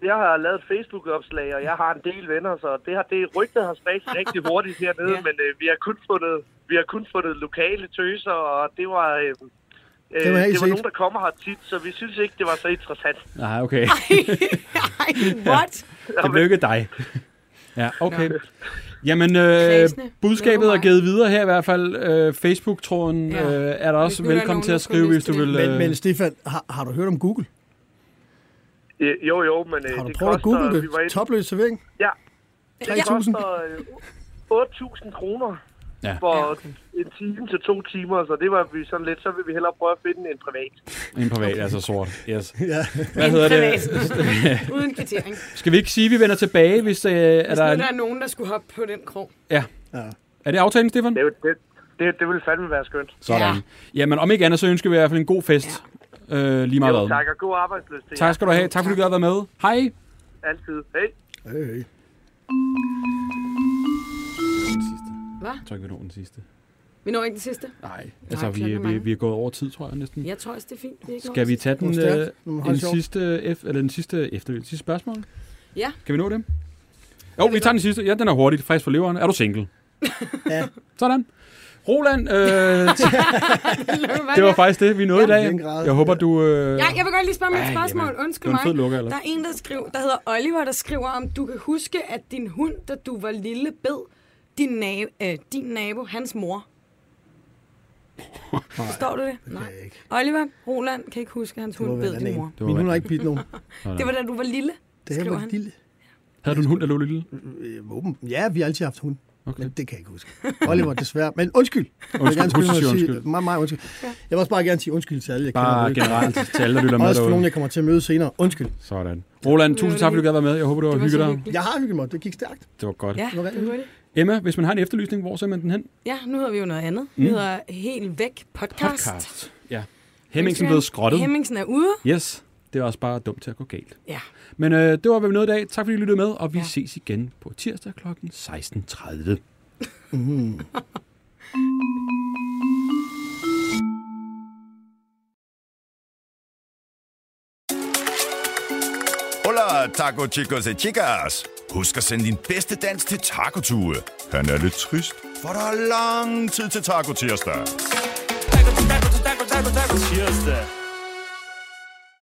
H: Jeg har lavet et Facebook-opslag, og jeg har en del venner, så det har det rygtet har spredt sig rigtig hurtigt hernede,
D: Ja.
H: ja. men øh, vi har kun fundet vi har kun fundet lokale tøser, og det var, øh, øh,
E: Det var helt
H: det var
E: set.
H: nogen, der kommer her tit, så vi synes ikke, det var så interessant.
C: Nej, okay.
D: Ej, what?
C: Det blev ikke dig. Ja, okay. Jamen, øh,
D: Kredsende.
C: budskabet
D: Lukker
C: er
D: mig.
C: givet videre her i hvert fald. Øh, Facebook-tråden
D: Ja.
C: ja. øh, er der
D: Hvis
C: også
D: nu der er
C: velkommen
D: nogen,
C: til
D: der
C: at skrive,
D: kunne
C: hvis du
D: lytte til
C: vil...
E: Men,
C: Øh,
E: men Stefan, har, har du hørt om Google?
H: Øh, jo, jo, men øh,
E: Har du prøvet
H: det koster...
E: at google
H: vi var
E: det?
H: inde-
E: Topløs servering?
H: Ja, det
E: 3.000?
H: koster øh, 8.000 kroner
C: Ja.
H: for
D: Ja, okay.
H: en time til to timer, så det var vi sådan lidt, så vil vi hellere prøve at finde en privat.
C: en privat, okay. altså sort. Yes.
E: Ja.
C: Hvad hedder det?
D: det? Uden kvittering.
C: Skal vi ikke sige, at vi vender tilbage, hvis øh, er
D: Hvis nu
C: der...
D: der er nogen, der skulle hoppe på den krog.
C: Er det aftalen, Stefan?
H: Det, er jo- det, det, det ville fandme være skønt.
C: Sådan.
D: Ja.
C: Ja. Jamen, om ikke andet, så ønsker vi i hvert fald en god fest. Ja. Øh, lige meget
H: Jo,
C: hvad.
H: tak, og god arbejdsløst til
C: tak skal du have. Tak fordi du har været med. Hej.
H: jer. Altid. Hej.
E: Hey, hey.
D: Hvad?
C: Jeg tror ikke, vi når den sidste.
D: Vi når ikke den sidste.
C: Nej, altså
D: klokken
C: vi,
D: er
C: vi,
D: mange.
C: vi er gået over tid, tror jeg næsten.
D: Jeg tror også, det er fint. Vi ikke når
C: Skal vi
D: den sidste.
C: tage den,
E: Det var
C: øh,
E: stærkt. Det var
C: en
E: meget sjovt.
C: sidste, F, eller den sidste, efter, sidste spørgsmål?
D: Ja.
C: Kan vi nå det? Jo, vi tager den sidste. Ja, den er hurtigt. Frisk for leveren. Er du single?
E: Ja.
C: Sådan. Roland, øh, t-
D: Hvad
C: det
D: er
C: var faktisk det, vi nåede i
E: i
C: dag.
E: den grad.
C: Jeg håber, du... Øh,
D: Ja, jeg vil godt lige spørge mig et
C: Ej,
D: spørgsmål.
C: jamen,
D: Undskyld
C: det var en fed
D: mig.
C: lukker, eller?
D: Der er en, der, skriver, der hedder Oliver, der skriver, om du kan huske, at din hund, da du var lille, bed din, nabo, øh, din nabo, hans mor. Forstår du det?
E: Det kan jeg ikke.
D: Oliver Roland kan ikke huske, at hans
E: Det må
D: hund
E: være
D: bed
E: en
D: din
E: anden
D: mor.
E: en. Min hund har ikke bidt nogen.
D: Det var da du var lille,
E: Det her
D: skriver
E: var
D: han.
E: lille.
C: Havde du en hund, der lå lille?
E: Øh, åben. Ja, vi har altid haft hund.
C: Okay.
E: Men det kan jeg ikke huske. Oliver, desværre. Men undskyld. Jeg vil
C: Undskyld,
E: gerne skynde mig
C: husk at
E: at
C: sige
E: sige,
C: undskyld.
E: meget, meget undskyld. Jeg vil også bare gerne sige undskyld til alle, jeg
C: Bare
E: kender.
C: generelt til alle, der lytter
E: Derude.
C: med
E: Også for nogen,
C: derude.
E: jeg kommer til at møde senere. Undskyld.
C: Sådan. Roland,
D: Det
C: tusind
D: var
C: tak, fordi du
D: det.
C: gad være med. Jeg håber, du har
D: Det var så
C: hygget dig.
D: hyggeligt.
E: Jeg har hygget mig. Det gik stærkt.
C: Det var godt.
D: Ja, det var det.
C: Emma, hvis man har en efterlysning, hvor sender man den hen?
D: Ja, nu hedder vi jo noget andet.
C: Mm.
D: Vi hedder Helt Væk Podcast.
C: Ja. Hemmingsen blev skrottet.
D: Hemmingsen er ude.
C: Yes. Det er også bare dumt til at gå galt.
D: Ja.
C: Men øh, det var, hvad vi nåede i dag. Tak fordi I lyttede med, og vi ja.
D: Ja.
C: ses igen på tirsdag kl. 16.30.
B: Hola, taco chicos y chicas. Husk at sende din bedste dans til Taco Tue. Han er lidt trist, for der er lang tid til Taco Tirsdag.
A: Tirsdag.